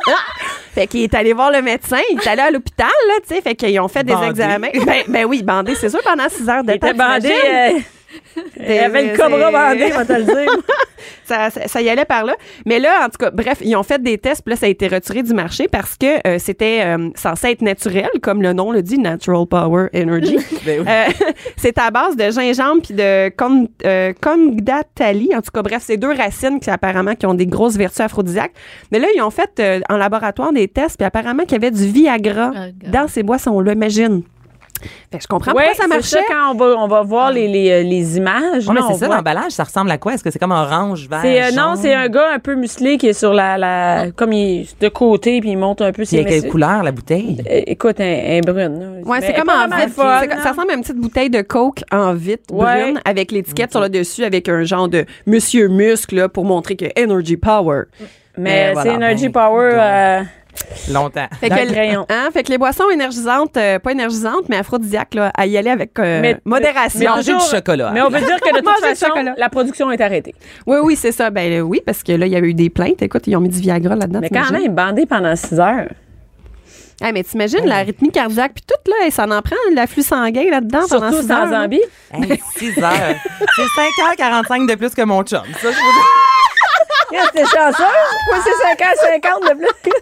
F: fait qu'il est allé voir le médecin, il est allé à l'hôpital, là, tu sais. Fait qu'ils ont fait
D: Bandé.
F: des examens. Ben, ben oui, bandé, c'est sûr, pendant six heures de
C: Il
F: temps.
C: était bandé.
F: t'imagines?
C: euh, il y avait le
F: Des-
C: cobra
F: des-
C: bandé, on va te le dire.
F: Ça- ça, ça, ça y allait par là. Mais là, en tout cas, bref, ils ont fait des tests, puis là, ça a été retiré du marché parce que euh, c'était euh, censé être naturel, comme le nom le dit, Natural Power Energy.
D: Ben oui.
F: Euh, c'est à base de gingembre puis de con- euh, condatali. En tout cas, bref, c'est deux racines qui apparemment qui ont des grosses vertus aphrodisiaques. Mais là, ils ont fait euh, en laboratoire des tests puis apparemment qu'il y avait du Viagra
E: Ah, God.
F: dans ces boissons-là, imagine. Fait que je comprends
C: Ouais,
F: pourquoi ça
C: c'est
F: marchait.
C: quand on va, on va voir les, les, euh, les images.
D: Ah. Ouais, mais
C: là, on
D: c'est ça,
C: voit-
D: l'emballage, ça ressemble à quoi? Est-ce que c'est comme orange, vert?
C: C'est, euh, non,
D: jaune?
C: c'est un gars un peu musclé qui est sur la, la comme il est de côté puis il monte un peu
D: Puis Il
C: ses
D: y a quelle
C: messieurs.
D: couleur, la bouteille?
C: Euh, Écoute, un, un brune. là.
F: Ouais,
C: Mais
F: c'est comme
C: pas
F: en
C: vraiment
F: vitre.
C: folle,
F: C'est-
C: non?
F: ça ressemble à une petite bouteille de coke en vitre
C: Ouais.
F: brune avec l'étiquette sur le dessus avec un genre de monsieur muscle là, pour montrer que energy power.
C: Mais
D: Mais
C: c'est
D: voilà,
C: Energy
D: ben,
C: Power.
D: écoute,
C: euh,
D: Longtemps.
F: Fait
C: Dans
F: que,
C: le crayon.
F: hein, fait que les boissons énergisantes, euh, pas énergisantes, mais aphrodisiaques, là, à y aller avec euh,
C: Mais-
F: modération.
C: mais
D: Manger
C: toujours-
D: du chocolat. hein.
C: Mais on veut dire que de toute
F: Manger du
C: façon,
F: chocolat.
C: la production est arrêtée.
F: Oui, oui, c'est ça. Ben euh, oui, parce que là, il y avait eu des plaintes. Écoute, ils ont mis du Viagra là-dedans.
C: Mais quand
F: t'imagines?
C: même, bandé pendant 6 heures.
F: Ah, mais t'imagines la rythmie cardiaque, puis tout, là, ça en prend l'afflux sanguin là-dedans pendant
C: Surtout
F: six
C: sans
F: heures, hein. là.
C: Zambie.
D: Hey, 6 heures. c'est 5h45 de plus que mon chum. Ça, je vous
C: Regarde, T'es chanceux. Moi, c'est 5h50 de plus.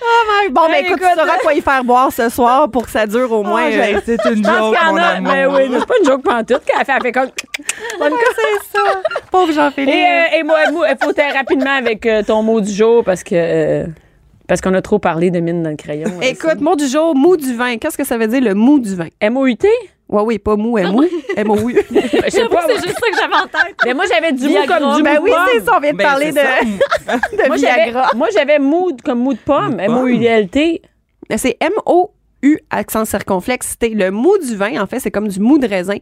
F: Ouais, Bon, ben
C: Hey,
F: écoute, tu
C: écoute,
F: sauras quoi y faire boire ce soir pour que ça dure au moins. euh,
D: dis. C'est une
C: Parce
D: joke,
C: qu'il y en
D: mon
C: a.
D: amour.
C: Mais oui, c'est pas une joke pantoute qu'elle fait. Elle fait comme.
F: c'est ça. Pauvre
C: Et,
F: Jean-Philippe.
C: euh, et moi, moi, faut t'aller rapidement avec euh, ton mot du jour parce que. euh, parce qu'on a trop parlé de mine dans le crayon. euh,
F: Écoute, mot du jour, mou du vin. Qu'est-ce que ça veut dire le mou du vin?
C: c'est- MOUT?
F: Ouais, oui, pas mou, mou, mou.
C: Je sais pas.
E: C'est juste ça que j'avais en tête.
C: Mais moi, j'avais du mou
E: Viagra.
C: comme du mou
F: Ben
C: de
F: oui,
C: pomme.
F: c'est ça, on vient de
D: Ben,
F: parler
D: c'est ça.
F: de, de
C: Moi, j'avais-
F: Viagra.
C: Moi, j'avais mou de- comme mou de pomme,
D: pomme.
C: M-O-U-D-L-T.
F: Mais Ben, C'est M-O-U, accent circonflexe. C'était le mou du vin, en fait, c'est comme du mou de raisin.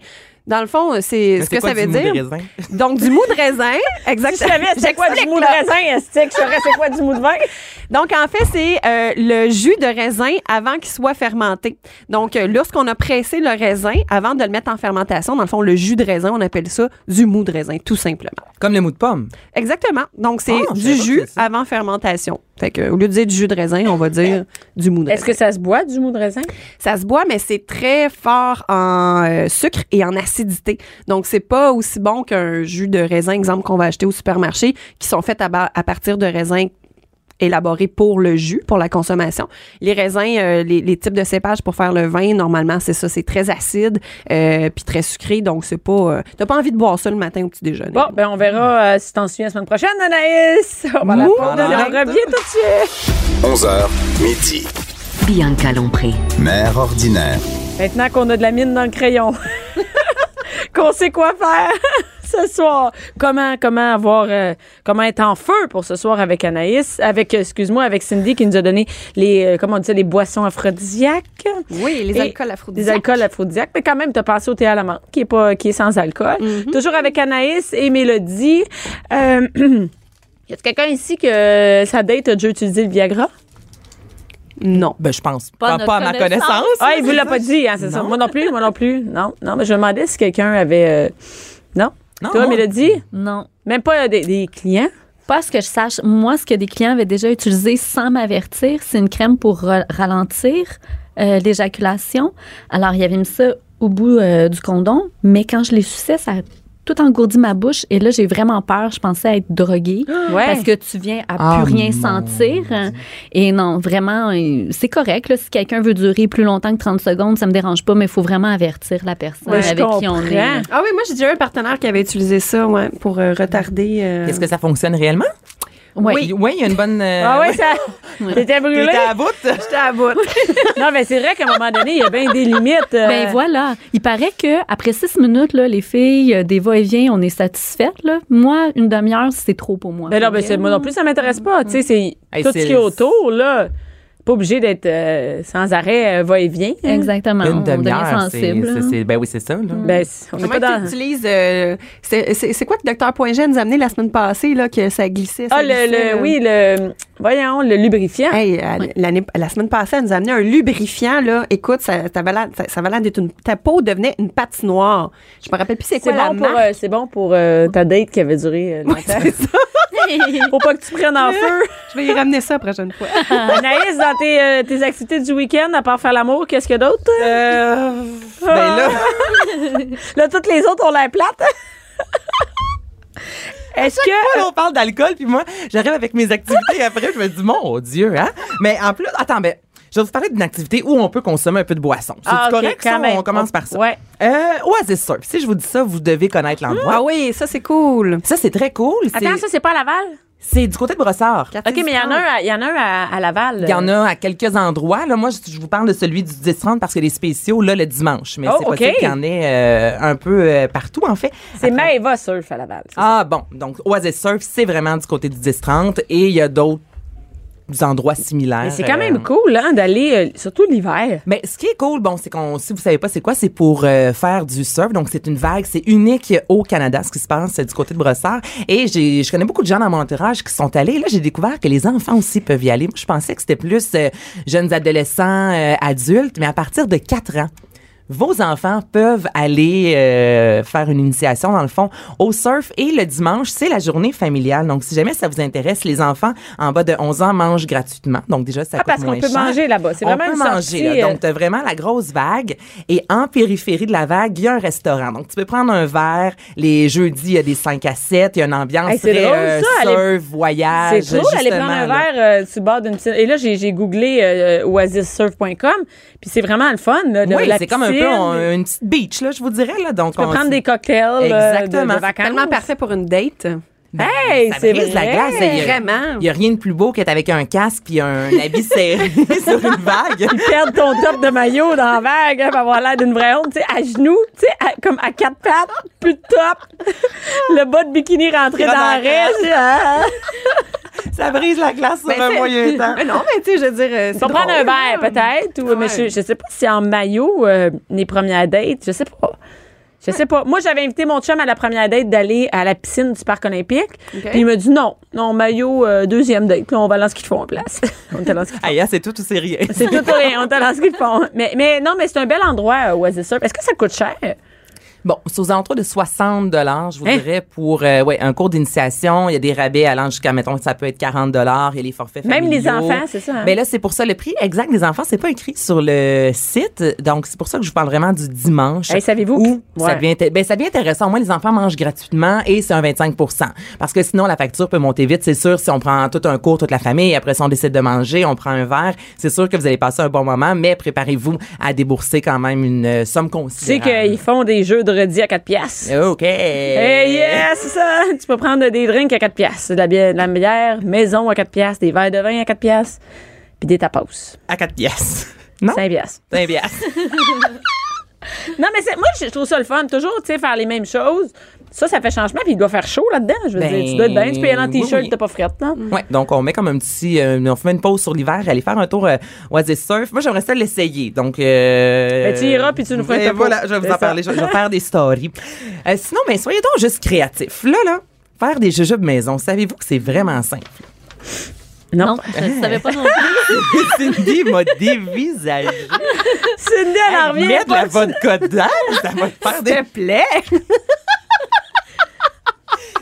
F: Dans le fond, c'est
D: Mais
F: ce
D: c'est
F: que
D: quoi
F: ça
D: du
F: veut
D: mou de
F: dire.
D: raisin?
F: Donc, du mou de raisin,
C: Si je
F: exactement.
C: savais c'est quoi du
F: J'explique,
C: mou de
F: là.
C: raisin, est-ce que je saurais c'est quoi du mou de vin?
F: Donc, en fait, c'est euh, le jus de raisin avant qu'il soit fermenté. Donc, euh, lorsqu'on a pressé le raisin, avant de le mettre en fermentation, dans le fond, le jus de raisin, on appelle ça du mou de raisin, tout simplement.
D: Comme le mou de pomme.
F: Exactement. Donc, c'est
D: Ah, je
F: du
D: savais pas que
F: jus
D: c'était ça.
F: avant fermentation. Fait que, au lieu de dire du jus de raisin, on va dire du mou de raisin.
C: Est-ce que ça se boit, du mou de raisin?
F: Ça se boit, mais c'est très fort en euh, sucre et en acidité. Donc, c'est pas aussi bon qu'un jus de raisin, exemple, qu'on va acheter au supermarché, qui sont faits à, ba- à partir de raisins élaborés pour le jus, pour la consommation. Les raisins, euh, les, les types de cépages pour faire le vin, normalement, c'est ça, c'est très acide euh, puis très sucré, donc c'est pas... euh, T'as pas envie de boire ça le matin au petit déjeuner.
C: Bon, ben on verra euh, si t'en souviens la semaine prochaine, Anaïs. On va la
D: Mou
C: prendre
D: de
C: et on
D: raisin.
C: revient tout de suite.
B: 11h, midi.
A: Bianca Lompré.
B: Mère ordinaire.
C: Maintenant qu'on a de la mine dans le crayon, qu'on sait quoi faire ce soir, comment comment avoir euh, comment être en feu pour ce soir avec Anaïs, avec euh, excuse-moi avec Cindy qui nous a donné les euh, comment on dit ça, les boissons aphrodisiaques,
F: Oui, les
C: Et
F: alcools
C: des
F: aphrodisiaques.
C: alcools aphrodisiaques, mais quand même t'as passé au thé à la menthe qui est pas qui est sans alcool.
F: Mhm.
C: Toujours avec Anaïs et Mélodie. Euh, y a quelqu'un ici que sa date a déjà utilisé le Viagra?
F: Non.
D: Ben, je pense.
E: Pas à
D: Pas,
E: notre
D: pas à ma
E: connaissance.
D: connaissance.
C: Ah, il vous l'a pas dit, hein, c'est ça.
D: Non.
C: Moi non plus, moi non plus. Non, non, mais je me demandais si quelqu'un avait. euh, Non.
D: Non,
C: Toi,
D: moi-
C: Mélodie,
E: Non.
C: même pas euh, des, des clients.
E: Pas à ce que je sache. Moi, ce que des clients avaient déjà utilisé sans m'avertir, c'est une crème pour ra- ralentir euh, l'éjaculation. Alors, il avait mis ça au bout euh, du condom, mais quand je les suçais, ça a tout engourdi ma bouche. Et là, j'ai vraiment peur. Je pensais être droguée.
C: Ouais.
E: Parce que tu viens à
D: Ah,
E: plus rien
D: mon
E: sentir. Et non, vraiment, euh, c'est correct. là. si quelqu'un veut durer plus longtemps que 30 secondes, ça me dérange pas, mais il faut vraiment avertir la personne
C: Ouais, je
E: avec qui on est. là.
C: comprends.
F: Ah oui, moi, j'ai déjà eu un partenaire qui avait utilisé ça, ouais, pour euh, retarder... euh,
D: Est-ce que ça fonctionne réellement?
E: Ouais.
D: Oui, oui, il y a une bonne. euh,
C: ah ouais, ça.
E: Ouais.
C: T'étais brûlé.
D: T'étais à bout.
F: J'étais à bout.
C: non, mais c'est vrai qu'à un moment donné, il y a bien des limites. euh,
E: Ben voilà, il paraît que après six minutes là, les filles euh, des va-et-vient, on est satisfaites là. Moi, une demi-heure, c'est trop pour moi.
C: Ben non, ben c'est- moi non plus, ça m'intéresse pas. Tu sais, c'est
D: Hey,
C: tout ce
D: c'est-
C: qui est autour, là. Pas obligé d'être euh, sans arrêt euh, va-et-vient. hein.
E: Exactement.
D: Une
E: on devient
D: demi-heure. c'est-
E: sensible. hein.
D: c'est-
E: là.
D: c'est- Ben oui, c'est ça, là.
C: Ben, c'est- on n'est
F: Comment
C: pas
F: tu
C: dans.
F: utilises. euh, c'est- c'est c'est quoi que Docteur Poingé nous a amené la semaine passée, là, que ça glissait? ça
C: Ah, le, le,
D: euh?
F: glissait, là?
C: oui, le. Voyons, le lubrifiant.
F: Hey, elle-
E: Oui.
F: l'année- la semaine passée, elle nous a amené un lubrifiant, là. Écoute, ça, ça avait l'air- ça- ça avait l'air d'être une. Ta peau devenait une patinoire. Je me rappelle plus c'est
C: C'est
F: quoi la
C: bon, pour,
F: marque.
C: euh, c'est bon pour euh, ta date qui avait duré euh, longtemps. Faut pas que tu prennes euh, en feu.
F: Je vais y ramener ça la prochaine fois.
C: Anaïs, dans tes, euh, tes activités du week-end, à part faire l'amour, qu'est-ce qu'il y a d'autre?
D: Euh, ben là,
C: Là, toutes les autres ont l'air plates. Est-ce
D: Chaque
C: que.
D: fois, là, on parle d'alcool, puis moi, j'arrive avec mes activités et après, je me dis, mon Dieu, hein? Mais en plus, attends, ben, je vais vous parler d'une activité où on peut consommer un peu de boisson. C'est
C: Ah, ok,
D: correct,
C: quand
D: ça?
C: même.
D: On commence par ça.
C: Ouais.
D: Euh, Oasis Surf. Si je vous dis ça, vous devez connaître l'endroit.
F: Ah oui, ça, c'est cool.
D: Ça, c'est très cool. C'est-
C: Attends, ça, c'est pas à Laval?
D: C'est du côté de Brossard.
C: OK, mais il y en a un, à- il y en a un à, à Laval.
D: Il y en a à quelques endroits. Là, moi, je, je vous parle de celui du 10-30 parce que les spéciaux, là, le dimanche. Mais
C: Oh,
D: c'est
C: ok.
D: possible qu'il y en ait euh, un peu euh, partout, en fait.
C: C'est Maeva Surf à Laval. c'est ça?
D: Ah bon, donc Oasis Surf, c'est vraiment du côté du 10-30 et il y a d'autres endroits similaires.
C: Mais c'est quand
D: euh,
C: même cool, hein, d'aller, euh, surtout l'hiver.
D: Mais ce qui est cool, bon, c'est qu'on, si vous savez pas c'est quoi, c'est pour euh, faire du surf. Donc, c'est une vague, c'est unique au Canada, ce qui se passe euh, du côté de Brossard. Et j'ai, je connais beaucoup de gens dans mon entourage qui sont allés. Là, j'ai découvert que les enfants aussi peuvent y aller. Moi, je pensais que c'était plus euh, jeunes adolescents, euh, adultes, mais à partir de 4 ans. Vos enfants peuvent aller euh, faire une initiation, dans le fond, au surf. Et le dimanche, c'est la journée familiale. Donc, si jamais ça vous intéresse, les enfants en bas de 11 ans mangent gratuitement. Donc, déjà,
C: Ah,
D: ça coûte
C: parce qu'on
D: moins
C: peut
D: cher.
C: manger là-bas. C'est
D: On
C: vraiment
D: peut
C: une
D: manger,
C: sortie,
D: là.
C: euh,
D: Donc, t'as vraiment la grosse vague. Et en périphérie de la vague, il y a un restaurant. Donc, tu peux prendre un verre. Les jeudis, il y a des 5 à 7. Il y a une ambiance
C: Hey, c'est
D: très
C: drôle,
D: euh,
C: ça,
D: surf,
C: aller-
D: voyage.
C: C'est cool d'aller prendre un
D: justement, là.
C: verre euh, sur le bord d'une piscine. Et là, j'ai j'ai googlé euh, oasissurf.com, puis c'est vraiment le fun. Là, de
D: Oui,
C: la
D: c'est comme un peu
C: piscine.
D: on- une petite beach, là, je vous dirais. Là. Donc,
C: Tu peux
D: on
C: prendre
D: s-
C: des cocktails euh, de- de,
D: Exactement.
C: vacances.
F: Tellement parfait pour une date. hein?
C: Hey,
D: ça
C: c'est
D: brise la
C: vrai.
D: glace. Il y a-
F: Vraiment.
D: Il n'y a rien de plus beau qu'être avec un casque puis un habit serré sur une vague.
C: Perdre ton top de maillot dans la vague, hein, pour avoir l'air d'une vraie honte, tu sais, à genoux, tu sais, à- comme à quatre pattes, plus de top, le bas de bikini rentré
D: Rentre
C: dans
D: dans
C: la
D: la glace.
C: reste. hein.
D: Ça brise la glace sur
F: Ben,
D: un
F: c'est-
D: moyen temps.
F: Mais non, mais tu sais, je veux dire. euh,
C: Tu
F: c'est
C: vas prendre
F: drôle,
C: un verre,
F: là.
C: peut-être, ou, mais je,
F: Ouais.
C: je sais pas si en maillot, euh, les premières dates, je sais pas. Je sais pas. Moi, j'avais invité mon chum à la première date d'aller à la piscine du Parc Olympique.
F: OK.
C: Puis il m'a dit non, non, maillot, euh, deuxième date. Puis on va dans ce qu'ils font en place. on était dans ce qu'ils font.
D: Ah, yeah, c'est tout ou c'est rien.
C: C'est tout ou rien, on était dans ce qu'ils font. Mais, mais non, mais c'est un bel endroit, euh, Oasis Surf. Est-ce que ça coûte cher?
D: Bon, c'est aux alentours de 60 dollars, je vous
C: Hein?
D: dirais, pour euh, ouais, un cours d'initiation. Il y a des rabais allant jusqu'à, mettons, ça peut être 40 dollars et les forfaits
C: Même les
D: familiaux.
C: enfants, c'est ça, hein?
D: Ben là, c'est pour ça. Le prix exact des enfants, c'est pas écrit sur le site. Donc, c'est pour ça que je vous parle vraiment du dimanche.
C: Hey, savez-vous
D: Où
C: que-
D: ça,
C: Ouais.
D: devient, inté- ben, ça devient intéressant. Au moins, les enfants mangent gratuitement et c'est un 25 Parce que sinon, la facture peut monter vite. C'est sûr, si on prend tout un cours, toute la famille, après, si on décide de manger, on prend un verre, c'est sûr que vous allez passer un bon moment, mais préparez-vous à débourser quand même une euh, somme
C: Tu sais
D: considérable.
C: qu'ils font des jeux de redis à 4 piastres.
D: OK. Eh,
C: Hey, yes, Eh, c'est ça! Tu peux prendre des drinks à 4 piastres, de la bière, de la bière maison à 4 piastres, des verres de vin à 4 piastres, puis des tapas,
D: À 4 pièces. Non?
C: 5 piastres.
D: 5 pièces.
C: Non, mais c'est- moi, je trouve ça le fun. Toujours, tu sais, faire les mêmes choses. Ça, ça fait changement, puis il doit faire chaud là-dedans. Je veux
D: Ben,
C: dire, tu dois être bien, tu peux y aller en
D: oui,
C: t-shirt,
D: oui.
C: t'es pas frette, hein? non?
D: Ouais, donc on met comme un petit euh, on fait une pause sur l'hiver, aller faire un tour euh, Oasis Surf. Moi j'aimerais ça l'essayer. Donc euh,
C: Ben, tu iras, puis tu nous feras une
D: ben,
C: topo.
D: Voilà, je vais
C: C'est
D: vous en
C: ça.
D: parler, je, je vais faire des stories. Euh, sinon ben soyez donc juste créatifs. Là là, faire des jujubes maison, savez-vous que c'est vraiment simple.
C: Non.
E: Non, je ne savais pas non plus.
D: Cindy m'a dévisagé.
C: Cindy, elle en revient
D: Mettre
C: pas.
D: la vodka dedans, ça va te faire des plaies.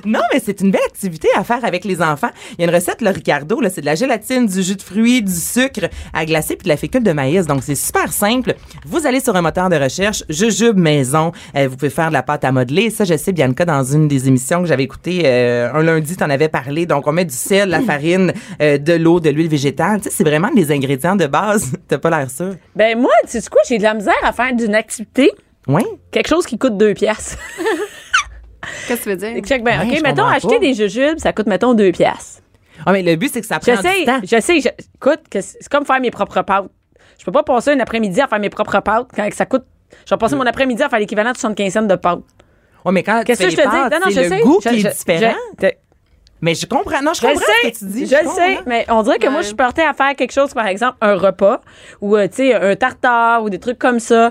D: Non, mais c'est une belle activité à faire avec les enfants. Il y a une recette, le Ricardo, là, c'est de la gélatine, du jus de fruits, du sucre à glacer puis de la fécule de maïs. Donc, c'est super simple. Vous allez sur un moteur de recherche, jujube maison. Euh, vous pouvez faire de la pâte à modeler. Ça, je sais, Bianca, dans une des émissions que j'avais écoutées euh, un lundi, t'en avais parlé. Donc, on met du sel, de la farine, euh, de l'eau, de l'huile végétale. Tu sais, c'est vraiment des ingrédients de base. T'as pas l'air sûr?
C: Ben, moi, tu sais quoi, j'ai de la misère à faire d'une activité
D: Oui?
C: quelque chose qui coûte 2 piastres.
F: Qu'est-ce que tu veux dire?
C: Check ben, OK,
D: Ben, je
C: mettons,
D: comprends
C: acheter
D: pas.
C: des jujubes, ça coûte, mettons, 2 piastres.
D: Ah, mais le but, c'est que ça prend
C: J'essaie,
D: du temps.
C: j'essaie. je- Écoute, que c'est c'est comme faire mes propres pâtes. Je peux pas passer un après-midi à faire mes propres pâtes quand que ça coûte. Je vais passer mon après-midi à faire l'équivalent de 75 cents de pâtes.
D: Ouais, mais quand tu
C: Qu'est-ce
D: fais
C: que je te
D: les
C: dis?
D: pâtes,
C: Non, non, je
D: c'est
C: sais.
D: le goût
C: Je-
D: qui
C: je-
D: est différent.
C: je-
D: Mais je comprends. Non, je
C: Je le
D: comprends ce
C: sais,
D: que tu dis.
C: je le
D: comprends. hein.
C: sais, mais on dirait que moi,
F: Ouais.
C: je portais à faire quelque chose, par exemple, un repas ou, euh, tu sais, un tartare ou des trucs comme ça.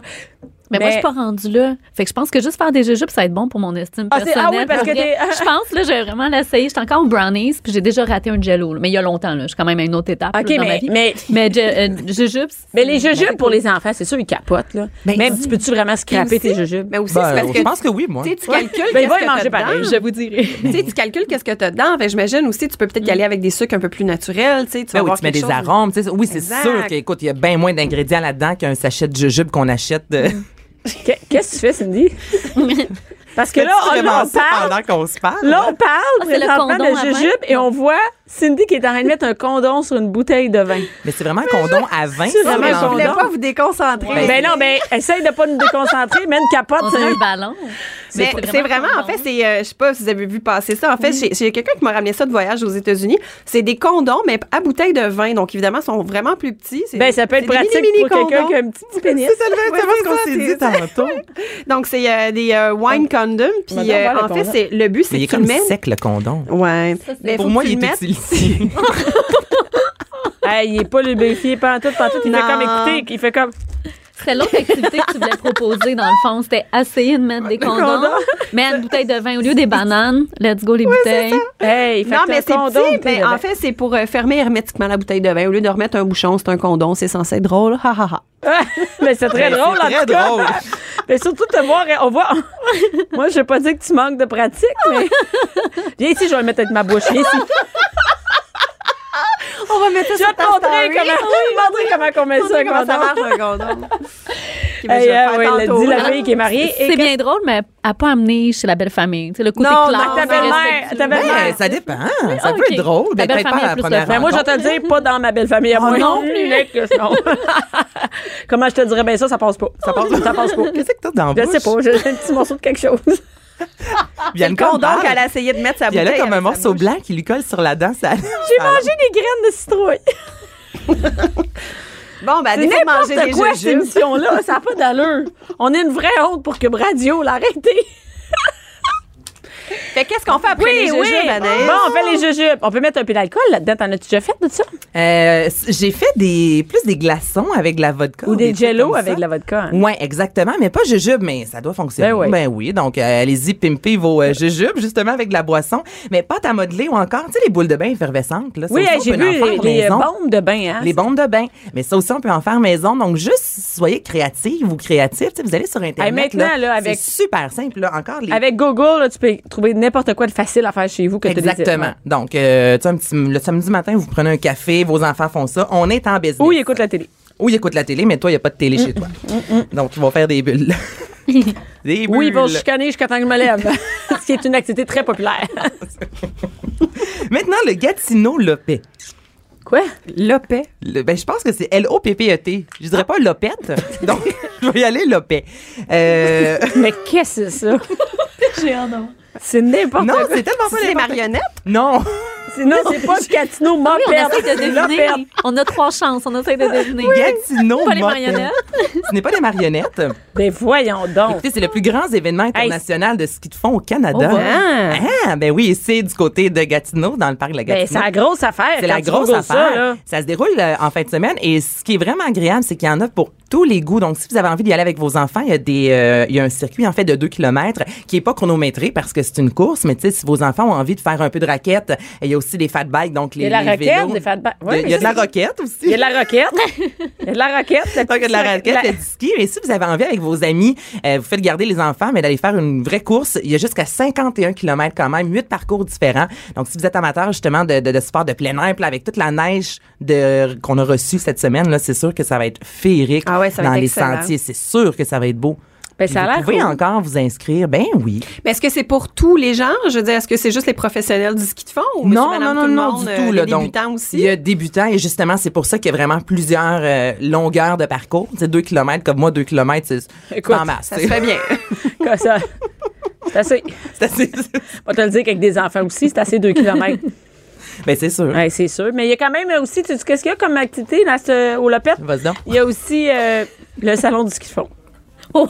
E: Mais, moi, je suis pas rendue là. Fait que je pense que juste faire des jujubes, ça va être bon pour mon estime
C: Ah, c'est-
E: personnelle.
C: ah oui, parce
E: pour
C: que
E: vrai.
C: t'es-
E: Je pense, là, je vais vraiment l'essayer. J'étais encore au brownies, puis j'ai déjà raté un jello. là. Mais il y a longtemps, là. Je suis quand même à une autre étape là,
C: OK,
E: dans ma
C: mais,
E: vie.
C: mais,
E: Mais je- euh, jujubes.
C: mais les jujubes pour les enfants, c'est sûr, ils capotent, là.
D: Ben,
C: Même,
D: oui.
C: tu peux-tu vraiment scraper tes jujubes?
F: Mais aussi,
D: Ben,
F: c'est parce
D: je
F: que.
D: pense que oui, moi.
F: Tu sais, tu
C: Ben,
F: calcules
C: il
F: qu'est-ce
C: va y
F: que
C: manger
F: t'as
C: pareil,
F: dedans.
C: je vous dirai.
F: Tu sais, tu calcules qu'est-ce que t'as dedans. Fait que j'imagine aussi, tu peux peut-être y aller avec des sucres un peu plus naturels. Tu sais, tu
D: Ben oui,
F: vas avoir
D: tu mets
F: quelque
D: des
F: chose-
D: arômes. tu sais. Oui, c'est
F: Exact.
D: sûr qu'écoute, il y a bien moins d'ingrédients là-dedans qu'un sachet de jujube qu'on achète. de-
C: Qu'est-ce que tu fais, Cindy? Parce que là,
D: Fais-tu
C: on,
D: vraiment
C: là, on
D: ça
C: parle.
D: pendant qu'on se parle.
C: Là, on parle
E: Ah, c'est le
C: présentement
E: condom à
C: de jujube
E: vin?
C: et on voit Cindy qui est en train de mettre un condom sur une bouteille de vin.
D: Mais c'est vraiment un condom à 20.
C: C'est
D: ça,
C: vraiment
F: Mais
C: un
F: je
D: Mélanie.
F: voulais
C: condom.
F: pas vous déconcentrer.
C: Ben, non, ben essaye de pas nous déconcentrer, mets une capote. hein.
E: On
C: c'est-
E: dirait un ballon.
F: Mais c'est vraiment, Mm. en fait, c'est, euh, je sais pas si vous avez vu passer ça. En fait, j'ai- j'ai quelqu'un qui m'a ramené ça de voyage aux États-Unis. C'est des condoms, mais à bouteille de vin. Donc, évidemment, ils sont vraiment plus petits. C'est-
C: Ben ça peut être
F: c'est des
C: pratique
F: mini-mini
C: pour quelqu'un
F: condoms.
C: qui a un petit, petit
D: C'est
C: pénis.
D: tellement
F: Ouais,
D: tellement
F: c'est
D: ce qu'on
F: ça,
D: s'est
F: c'est-
D: dit tantôt.
F: Donc, c'est euh, des euh, wine condoms. Puis,
C: Madame,
F: euh,
C: voilà,
F: en fait,
C: condom.
F: c'est le but, c'est
D: Mais il
F: que
D: est
F: tu le
D: comme
F: mets.
D: sec, le condom.
F: Ouais. Mais
D: Pour
F: faut
D: moi,
F: que tu
D: il
F: le
D: est
F: mettes-
D: utile ici.
C: Hey, il est pas lubrifié pantoute, pantoute. Il fait
F: Non.
C: comme écoutez, il fait comme
E: C'était l'autre activité que tu voulais proposer, dans le fond. C'était essayer de mettre des condoms,
C: condoms.
E: mais à une bouteille de vin au lieu des bananes. Let's go, les bouteilles.
C: Hey, il fait
F: Non,
C: que
F: mais
C: t'as
F: c'est
C: un condom. ben
F: petit,
C: bouteille
F: mais
C: de
F: en
C: vin.
F: fait, c'est pour euh, fermer hermétiquement la bouteille de vin. Au lieu de remettre un bouchon, c'est un condom. C'est censé être drôle. Ha, ha, ha.
C: mais c'est très
D: Mais
C: drôle,
D: Ben, c'est
C: en
D: très
C: tout cas.
D: drôle.
C: Mais surtout te voir, on voit. Moi, je vais pas dire que tu manques de pratique, mais. Viens ici, je vais le mettre avec ma bouche. Viens ici.
F: On va mettre ça
C: Je vais te montrer comment, je vais te montrer comment on met ça,
F: comment ça
C: condom.
F: marche un condom. Ok, ben, je
C: Hey,
F: vais le
C: euh,
F: faire
C: ouais, elle
F: tantôt.
C: dit la fille qui est mariée.
E: C'est bien drôle, mais à pas amener chez la belle famille. C'est le côté
F: Non,
E: clair.
F: non,
C: Ta
F: non,
C: belle-mère, ta
D: Ben,
C: belle-mère.
D: ça dépend. Ça
E: ah,
D: peut
E: ok.
D: être drôle, mais
E: Ta
D: peut-être pas à
E: belle-famille a
D: la
E: plus de
D: première
E: fun.
C: Ben, moi, je vais
D: rencontre.
C: te le dire, pas dans ma belle famille. à
D: Oh,
C: moi
D: non
C: plus. que je- non. Comment je te dirais bien ça, ça passe pas. Ça passe pas. Ça passe pas.
D: Qu'est-ce que t'as dans la
C: Je sais
D: bouche?
C: pas, j'ai un petit morceau de quelque chose.
D: Bianca
F: Condom
D: parle.
F: qu'elle a essayé de mettre sa
D: Il y
F: bouteille.
D: en a
F: hein,
D: comme un
F: avec sa
D: morceau
F: bouche.
D: blanc qui lui colle sur la dent. J'ai
C: J'ai mangé des graines de citrouille.
F: Bon, ben,
C: C'est
F: des fois, manger
C: n'importe
F: des
C: quoi, cette
F: jujubes.
C: émission-là. Ça n'a pas d'allure. On est une vraie honte pour que Radio l'arrêtez.
F: Fait qu'est-ce qu'on fait après les jujubes, Anaïs?
C: Bon, on fait les jujubes. On peut mettre un peu d'alcool là-dedans. T'en as-tu déjà fait de ça?
D: Euh, j'ai fait des plus des glaçons avec de la vodka
C: Ou des
D: trucs
C: jello
D: comme ça.
C: avec de la vodka. hein?
D: Ouais, exactement, mais pas jujube, mais ça doit fonctionner.
C: Ben oui.
D: donc euh, allez-y pimper vos euh, jujubes justement avec de la boisson, mais pâte à modeler ou encore, tu sais les boules de bain effervescentes là, ça
C: Oui,
D: aussi,
C: hey,
D: on
C: j'ai
D: peut en
C: vu
D: faire
C: les, les
D: maison.
C: bombes de bain. Hein?
D: Les bombes de bain, mais ça aussi on peut en faire maison. Donc juste soyez créative ou créatif, Tu sais, vous allez sur internet
C: Hey, maintenant, là, avec-
D: c'est super simple là, encore les
C: Avec Google, là, tu peux trouver n'importe quoi de facile à faire chez vous que t'as des-
D: Exactement. Donc, euh, tu sais, un petit- le samedi matin, vous prenez un café, vos enfants font ça. On est en business.
C: Ouais. Ou ils écoutent la télé.
D: Ou ils écoutent la télé, mais toi, il n'y a pas de télé chez toi. Donc, ils vont faire des bulles. des bulles.
C: Oui, ils vont se chicaner jusqu'à temps que je me lève. Ce qui est une activité très populaire.
D: Maintenant, le Gatineau Lopet.
C: Quoi?
F: Lopet.
D: Le- ben, je pense que c'est L-O-P-P-E-T. E Je dirais pas Lopette. donc, je vais y aller Lopet. Euh,
C: Mais qu'est-ce que c'est ça?
E: J'ai hâte d'avoir-
C: C'est n'importe
D: non,
C: quoi.
D: c'est tellement pas
F: C'est des
D: n'importe-
F: marionnettes?
D: Non.
C: C'est- Non, c'est pas Catino
E: Oui, on
C: Mopette.
E: essaie de
C: c'est Lopette.
E: deviner. On a trois chances. On essaie de deviner.
D: Gatineau
E: Pas les
D: Mopet.
E: marionnettes.
D: Ce n'est pas des marionnettes.
C: Ben voyons donc.
D: Écoutez, c'est le plus grand événement international de ski de fond au Canada.
C: Oh, wow.
D: Ah, ben oui, c'est du côté de Gatineau, dans le parc de la
C: Ben,
D: Gatineau.
C: c'est la grosse affaire.
D: C'est
C: quand
D: la
C: tu
D: grosse
C: googles
D: affaire.
C: ça, là.
D: Ça, se déroule euh, en fin de semaine et ce qui est vraiment agréable, c'est qu'il y en a pour tous les goûts. Donc, si vous avez envie d'y aller avec vos enfants, il y a des, euh, il y a un circuit en fait de 2 km qui est pas chronométré parce que c'est une course, mais tu sais, si vos enfants ont envie de faire un peu de raquette, il y a aussi des fat bikes, donc les,
C: Il y a de la
D: les
C: raquette,
D: vélos.
C: des fat bikes. Ouais,
D: De-
C: mais
D: il y a de
C: ça,
D: la roquette aussi.
C: Il y a de la roquette. Il y a de la roquette.
D: Tant qu'il y a de la raquette, il y a du ski. Mais si vous avez envie avec vos amis, euh, vous faites garder les enfants, mais d'aller faire une vraie course, il y a jusqu'à 51 km quand même, huit parcours différents. Donc, si vous êtes amateur justement de, de, de sport de plein air, puis là, avec toute la neige de, qu'on a reçue cette semaine, là, c'est sûr que ça va être féerique
F: Ah ouais, ça va
D: dans
F: être
D: les
F: excellent.
D: sentiers. C'est sûr que ça va être beau.
C: Ben, ça a
D: vous
C: l'air
D: pouvez
C: cool.
D: encore vous inscrire. Ben oui.
F: Mais est-ce que c'est pour tous les gens? Je veux dire, est-ce que c'est juste les professionnels du ski de fond? Ou monsieur,
D: non, non,
F: madame,
D: non,
F: tout le
D: non,
F: monde,
D: du
F: euh,
D: tout.
F: les
D: là, donc,
F: débutants
D: Il y
F: aussi?
D: a débutants et justement, c'est pour ça qu'il y a vraiment plusieurs euh, longueurs de parcours. Tu sais, deux kilomètres, comme moi, deux kilomètres, c'est c'est
C: Écoute,
D: en masse.
F: Ça
D: tu
F: se
D: sais.
F: fait bien.
C: Comme ça. C'est assez.
D: C'est assez-
C: On va te le dire qu'avec des enfants aussi, c'est assez 2 km.
D: Ben, c'est sûr.
C: ouais, c'est sûr. Mais il y a quand même aussi, tu sais, qu'est-ce qu'il y a comme activité dans ce, au Lopette?
D: Vas-y donc.
C: Il y a aussi euh, le salon du ski de fond.
E: Oh,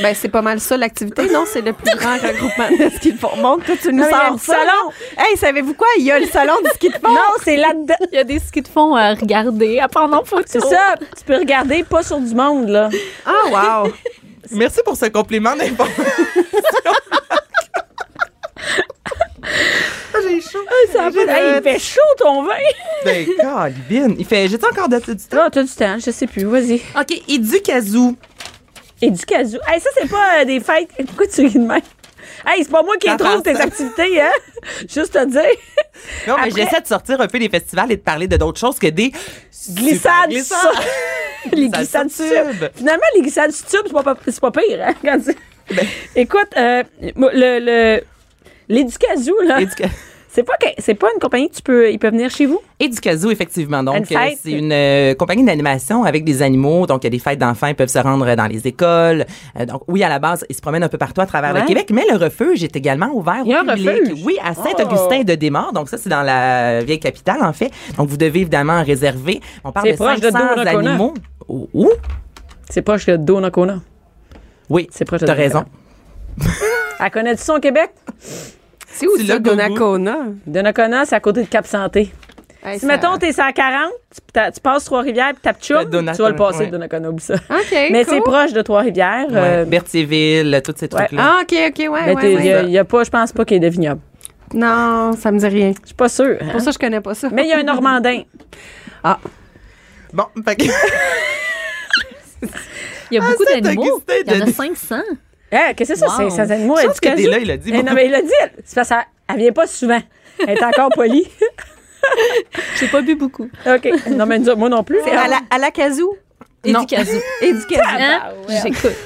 F: ben, c'est pas mal ça, l'activité. Non, c'est le plus grand regroupement de ski de fond. Montre, toi, tu nous
C: Non, mais il y a
F: sors
C: le
F: ça.
C: salon.
F: là. Hey, savez-vous quoi? Il y a le salon du ski de fond.
C: Non, c'est là-dedans.
E: Il y a des skis de fond à regarder, à prendre en photo.
C: C'est ça. Tu peux regarder pas sur du monde, là.
F: Ah, wow!
D: Merci pour ce compliment d'information. J'ai chaud.
C: Ça va. Hey, il fait chaud ton vin.
D: Ben, Calvin. Il fait. J'ai-tu encore de, du temps?
C: Là, t'as du temps. Je sais plus. Vas-y.
D: OK, Educazou.
C: Et du casou. Hey, ça, c'est pas euh, des fêtes. Pourquoi tu ris de même? Hey, c'est pas moi qui
D: Ça
C: trouve
D: passe.
C: tes activités, hein? Juste te dire.
D: Non, mais
C: Après-
D: j'essaie de sortir un peu des festivals et de parler de d'autres choses que des.
C: Glissades.
D: Glissades.
C: sur- les glissades
D: sur tube.
C: tubes. Finalement, les glissades sur tube, c'est pas, c'est pas pire, hein? Quand tu- Écoute, euh, le, le, l'Éducazou, là.
D: Éduca-
C: C'est pas, que- c'est pas une compagnie que tu peux. Il peut venir chez vous?
D: Éducazoo, effectivement.
C: Une
D: Donc, euh,
C: fête.
D: c'est une euh, compagnie d'animation avec des animaux. Donc, il y a des fêtes d'enfants. Ils peuvent se rendre euh, dans les écoles. Euh, donc, oui, à la base, ils se promènent un peu partout à travers
C: Ouais.
D: le Québec. Mais le refuge est également ouvert
C: Il y a
D: au
C: un
D: public.
C: refuge? Oh!
D: Oui, à Saint-Augustin-de-Desmaures. Donc, ça, c'est dans la vieille capitale, en fait. Donc, vous devez évidemment réserver. On parle
C: C'est
D: de
C: proche
D: 500
C: de Donnacona.
D: animaux. Où? où?
C: C'est proche de Donacona.
D: Oui,
C: C'est proche de
D: t'as raison.
C: Elle connaît-tu son Québec?
F: C'est où
D: C'est
F: ça,
D: le gogo.
F: Donacona?
C: Donacona, c'est à côté de Cap Santé.
F: Hey,
C: Si,
F: ça-
C: mettons, t'es 140, tu, t'as- tu passes Trois-Rivières, puis t'as Pchoum,
D: Fait Donnacona,
C: tu vas le passer,
D: ouais.
C: Donnacona, oublie ça.
F: OK,
C: Mais
F: cool.
C: c'est proche de Trois-Rivières. euh,
D: Ouais. Berthierville, tous ces trucs-là.
F: Ah, OK, OK, ouais,
C: mais
F: ouais,
C: t'es-
F: ouais.
C: y a- y a pas, je pense pas qu'il y ait de vignobles.
F: Non, ça me dit rien.
C: Je suis pas sûre. hein.
F: Pour ça, je connais pas ça.
C: Mais il y a un Normandin. Ah!
D: Bon, fait que-
E: Il y a beaucoup d'animaux.
D: Saint-Augustin
E: Il y en a
D: de-
E: 500.
C: Hein, Qu'est-ce que c'est ça?
E: Wow.
C: C'est ces animaux
D: Je pense que
C: éducazous.
D: dès là, il a dit
C: Eh non,
D: beaucoup.
C: mais il l'a dit. elle. C'est parce qu'elle elle vient pas souvent. Elle est encore polie.
E: J'ai pas bu beaucoup.
C: OK. Non, mais nous autres, moi non plus.
F: À la, à la casou?
D: Non.
E: Éducazou.
C: Ah,
F: Éducation.
C: bah
E: Hein? J'écoute.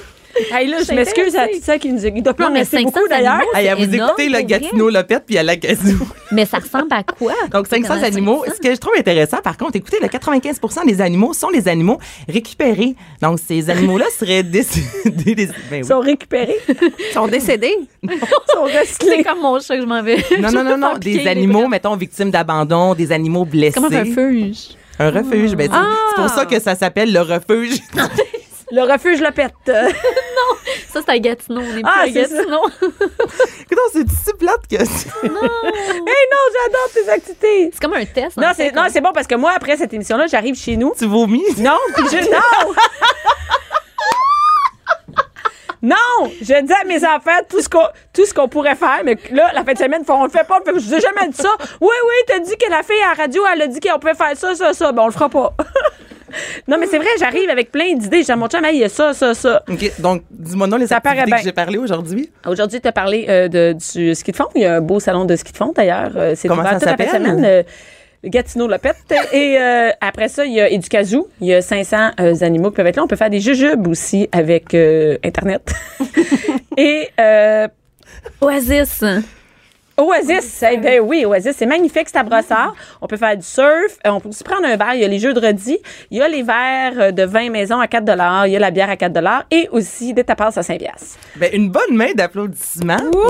C: Hey, là, je
E: C'est
C: m'excuse à
E: intéressé.
C: tous ceux qui nous écoutent. Il doit plus
E: Non,
C: en
E: mais
C: rester
E: 500
C: beaucoup, d'ailleurs.
E: animaux.
D: Hey, à
E: C'est
D: vous
E: énorme,
D: écouter
E: pour
D: le
E: vrai.
D: Gatineau-Lopette puis à la Gazou.
E: Mais ça ressemble à quoi?
D: Donc, 500
E: Comment ça
D: animaux.
E: ressemble?
D: Ce que je trouve intéressant, par contre, écoutez, le 95 des animaux sont des animaux récupérés. Donc, ces animaux-là seraient décédés. des- ben oui.
C: Ils sont récupérés.
F: Ils sont décédés.
C: Ils sont
E: C'est
C: recyclés.
E: comme mon chat que je m'en vais.
D: Non,
E: Je
D: non,
E: me
D: non, non.
E: fais piquer
D: Des
E: les
D: animaux,
E: bras.
D: mettons, victimes d'abandon, des animaux blessés.
E: Comme un refuge. Ah!
D: Un refuge. ben, c'est- c'est pour ça que ça s'appelle le refuge.
C: Le refuge le pète.
E: Oh.
C: Euh,
E: Ça, c'est à Gatineau. On est
C: Ah,
E: plus à
C: c'est ça.
E: Gatineau.
D: Écoutez, c'est si plate que ça.
C: Hey, non, j'adore tes activités.
E: C'est comme un test. en
C: Non,
E: fait,
C: c'est non,
E: comme-
C: c'est bon parce que moi, après cette émission-là, j'arrive chez nous.
D: Tu vomis.
C: Non, puis je. Non! Non! Je dis à mes enfants tout ce qu'on tout ce qu'on pourrait faire, mais là, la fin de semaine, on le fait pas. on le fait- Je vous ai jamais dit ça. Oui, oui, t'as dit que la fille à la radio, elle a dit qu'on pouvait faire ça, ça, ça. Ben, on le fera pas. non, mais c'est vrai, j'arrive avec plein d'idées. Je dis à mon chum, Hey, il y a ça, ça, ça.
D: OK, donc, dis-moi non les
C: Ça paraît
D: activités
C: bien.
D: que j'ai parlé aujourd'hui.
C: Aujourd'hui, tu as parlé euh, de, du ski de fond. Il y a un beau salon de ski de fond, d'ailleurs. Euh, c'est
D: Comment
C: ouvert
D: ça
C: toute la fin de
D: s'appelle?
C: semaine. euh, Gatineau-Lopette. Et euh, après ça, il y a Éducazou. Il y a 500 euh, animaux qui peuvent être là. On peut faire des jujubes aussi avec euh, Internet. et euh,
E: Oasis.
C: Oasis, eh ben oui, Oasis, c'est magnifique, c'est à Brossard. On peut faire du surf, euh, on peut aussi prendre un verre. Il y a les jeux de redis, il y a les verres euh, de vin maison à 4 il y a la bière à 4 et aussi des tapas à 5 piastres.
D: Ben, une bonne main d'applaudissements. Oh,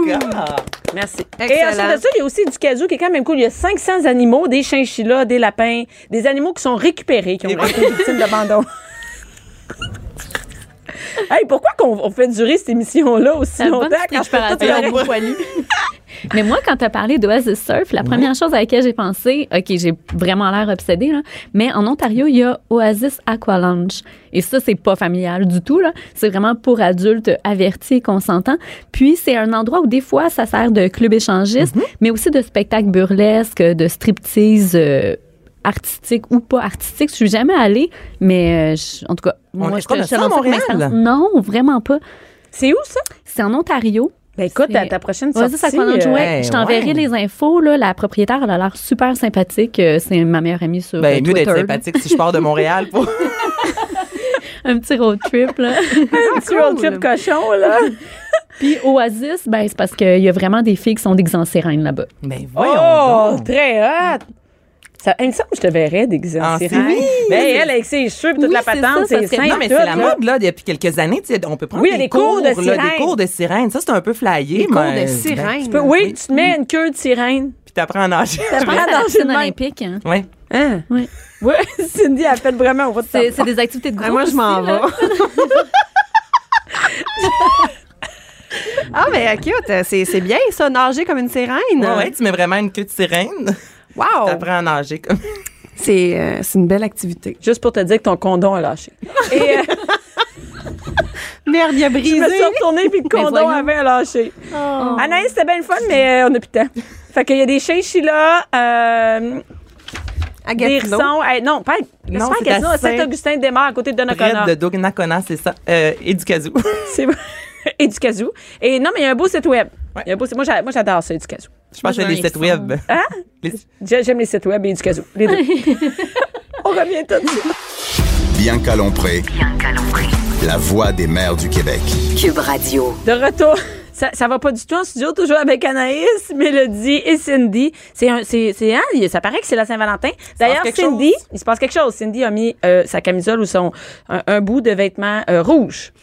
D: regarde.
C: Merci.
F: Excellent.
C: Et ensuite de ça, il y a aussi du casou qui est quand même cool. Il y a 500 animaux, des chinchillas, des lapins, des animaux qui sont récupérés, qui ont été victimes d'abandon. hey, pourquoi qu'on on fait durer cette émission-là aussi
E: La bonne
C: longtemps
E: petite
C: quand je peux tout
E: préparation.
C: faire?
E: Mais moi, quand t'as parlé d'Oasis Surf, la première chose à laquelle j'ai pensé, OK, j'ai vraiment l'air obsédée, là, mais en Ontario, il y a Oasis Aqua Lounge. Et ça, c'est pas familial du tout, là. C'est vraiment pour adultes avertis et consentants. Puis, c'est un endroit où, des fois, ça sert de club
D: Mhm.
E: échangiste, mais aussi de spectacle burlesque, de striptease. euh, artistique ou pas artistique, je suis jamais allée, mais euh, je- en tout cas,
D: On-
E: moi,
D: est-ce
E: je
D: qu'on a
E: je te
D: ça à
E: lance comme
D: Montréal?
E: expérience. Non, vraiment pas.
C: C'est où ça?
E: C'est en Ontario.
C: Ben écoute,
E: C'est-
C: à ta prochaine
E: Ouais,
C: sortie.
E: ça, ça commence,
C: euh,
E: ouais.
D: hey,
E: je t'enverrai
D: ouais.
E: les infos. Là. La propriétaire, elle a l'air super sympathique. Euh, C'est ma meilleure amie sur euh,
D: Ben, mieux
E: Twitter.
D: d'être sympathique si je pars de Montréal pour.
E: Un petit road trip. Là.
F: Ah,
C: un petit road trip cochon, là.
E: Puis Oasis, ben, c'est parce qu'il y a vraiment des filles qui sont déguisées en sirène là-bas.
D: Ben, voyons.
C: Oh,
D: donc.
C: très hot! Ça, il me semble que je te verrais déguisée en
D: En
C: sirène.
D: sirène.
C: Mais elle, avec ses cheveux et toute
E: Oui,
C: la
E: c'est
C: patente,
E: ça,
C: c'est
E: parce que-
C: simple.
D: Non, mais c'est la
C: tout, là.
D: mode, là, depuis quelques années. tu sais, On peut prendre
C: Oui, il y a
D: des,
C: des cours de
D: là,
C: sirène.
D: des cours de sirène. Ça, c'est un peu flyé,
F: Des cours
D: mais- ben,
F: de sirène.
C: Tu peux- oui, tu te mets une queue de sirène.
D: Puis t'apprends à nager.
E: Je pense
C: Ah, non,
E: à la
C: j'ai le
E: piscine
C: même.
E: olympique. hein.
D: ouais.
C: Hein?
E: Ouais.
C: Oui, Cindy, elle fait vraiment au bout de
E: C'est
C: temps.
E: c'est des activités de groupe.
F: Ah, moi, je m'en
E: aussi, là.
F: vais. ah, mais cute. C'est c'est bien, ça, nager comme une sirène.
D: Ouais, ouais, tu mets vraiment une queue de sirène.
C: Oh.
F: Wow.
D: T'apprends à nager comme.
F: C'est euh, c'est une belle activité.
C: Juste pour te dire que ton condom a lâché. Et euh,
F: Merde, il a
C: je me
F: brisé.
C: suis retournée puis le condom
E: voyons.
C: avait lâché.
D: Oh.
C: Anaïs, c'était bien le fun, mais euh, on n'a plus de temps. Fait qu'il y a des chinchillas, euh,
F: À
C: des
F: Gatineau.
C: rissons. Hey, non, pas,
D: Non,
C: non, pas
D: c'est
C: Gatineau,
D: à
C: à Saint-Augustin des Mares, à côté de Donnacona.
D: Près de Dognacona, c'est ça. Euh, et du casou.
C: C'est vrai. Et du casou. Et non, mais il y a un beau site web.
D: Ouais.
C: Il y a un beau site- Moi, j'a- moi, j'adore ça, du casou.
D: Je pense que c'est
E: Moi, je
D: les
E: veux un
D: sites web.
C: Hein?
D: Les-
C: J'ai- J'aime les sites web et du casou. Les deux. On revient tout de suite.
B: Bianca Lompré.
A: Bianca Lombré.
B: la voix des mères du Québec.
A: Cube Radio.
C: De retour. Ça, ça va pas du tout en studio, toujours avec Anaïs, Mélodie et Cindy. C'est un, c'est, c'est, hein, ça paraît que c'est la Saint-Valentin. D'ailleurs,
D: quelque
C: Cindy,
D: chose.
C: il se passe quelque chose. Cindy a mis euh, sa camisole ou son, un, un bout de vêtement euh, rouge.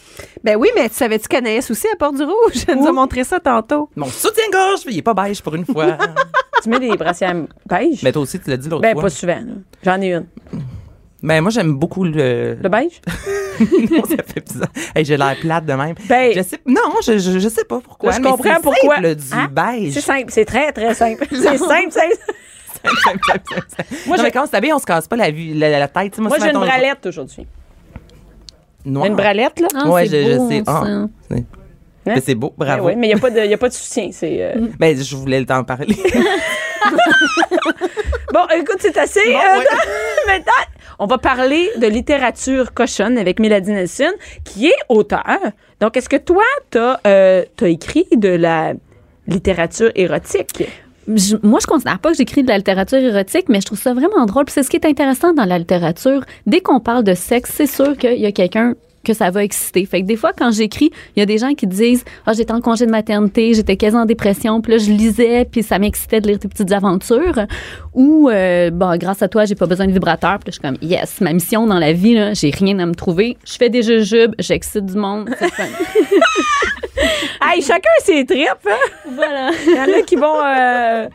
F: Ben oui, mais tu savais-tu qu'Anaïs aussi à Porte du Rouge? Elle nous a montré ça tantôt.
D: Mon soutien-gorge, il est pas beige pour une fois.
C: Tu mets des brassières beige?
D: Mais toi aussi, tu l'as dit l'autre
C: ben,
D: fois.
C: pas souvent. là. J'en ai une.
D: Mais moi, j'aime beaucoup le.
C: Le beige?
D: non, ça fait bizarre. Hey, j'ai l'air plate de même.
C: Ben-
D: je sais... Non, je, je, je sais pas pourquoi.
C: Là, je
D: mais
C: comprends
D: c'est
C: pourquoi.
D: simple, du
C: Hein?
D: beige.
C: C'est simple. C'est très, très simple. c'est simple, simple.
D: Moi,
C: Moi,
D: non,
C: j'ai-
D: mais quand on s'habille, on se casse pas la, vue- la, la tête. tu sais,
C: Moi,
D: si,
C: j'ai une
D: mettons,
C: bralette aujourd'hui.
D: noire.
C: Une bralette, là.
E: Ah,
D: ouais, je,
E: c'est
D: je
E: beau,
D: sais.
E: ça.
D: Ah, c'est- Mais c'est beau,
C: Ben
D: bravo.
C: oui, mais il n'y a, pas de- y a pas de soutien. C'est, euh,
D: Ben, je voulais t'en parler.
C: Bon, écoute, c'est assez. Euh,
D: ouais.
C: maintenant, on va parler de littérature cochonne avec Mélodie Nelson, qui est auteur. Donc, est-ce que toi, t'as euh, t'as écrit de la littérature érotique?
E: je- moi, je considère pas que j'écris de la littérature érotique, mais je trouve ça vraiment drôle. Puis c'est ce qui est intéressant dans la littérature. Dès qu'on parle de sexe, c'est sûr qu'il y a quelqu'un que ça va exciter. Fait que des fois, quand j'écris, il y a des gens qui disent « Ah, j'étais en congé de maternité, j'étais quasi en dépression, puis là, je lisais, puis ça m'excitait de lire tes petites aventures. » Ou euh, Bon, grâce à toi, j'ai pas besoin de vibrateur. » Puis là, je suis comme « Yes, ma mission dans la vie, là, j'ai rien à me trouver. Je fais des jujubes, j'excite du monde. » C'est fun.
C: Hey, chacun ses tripes. hein?
E: Voilà.
C: Il y en a qui vont euh,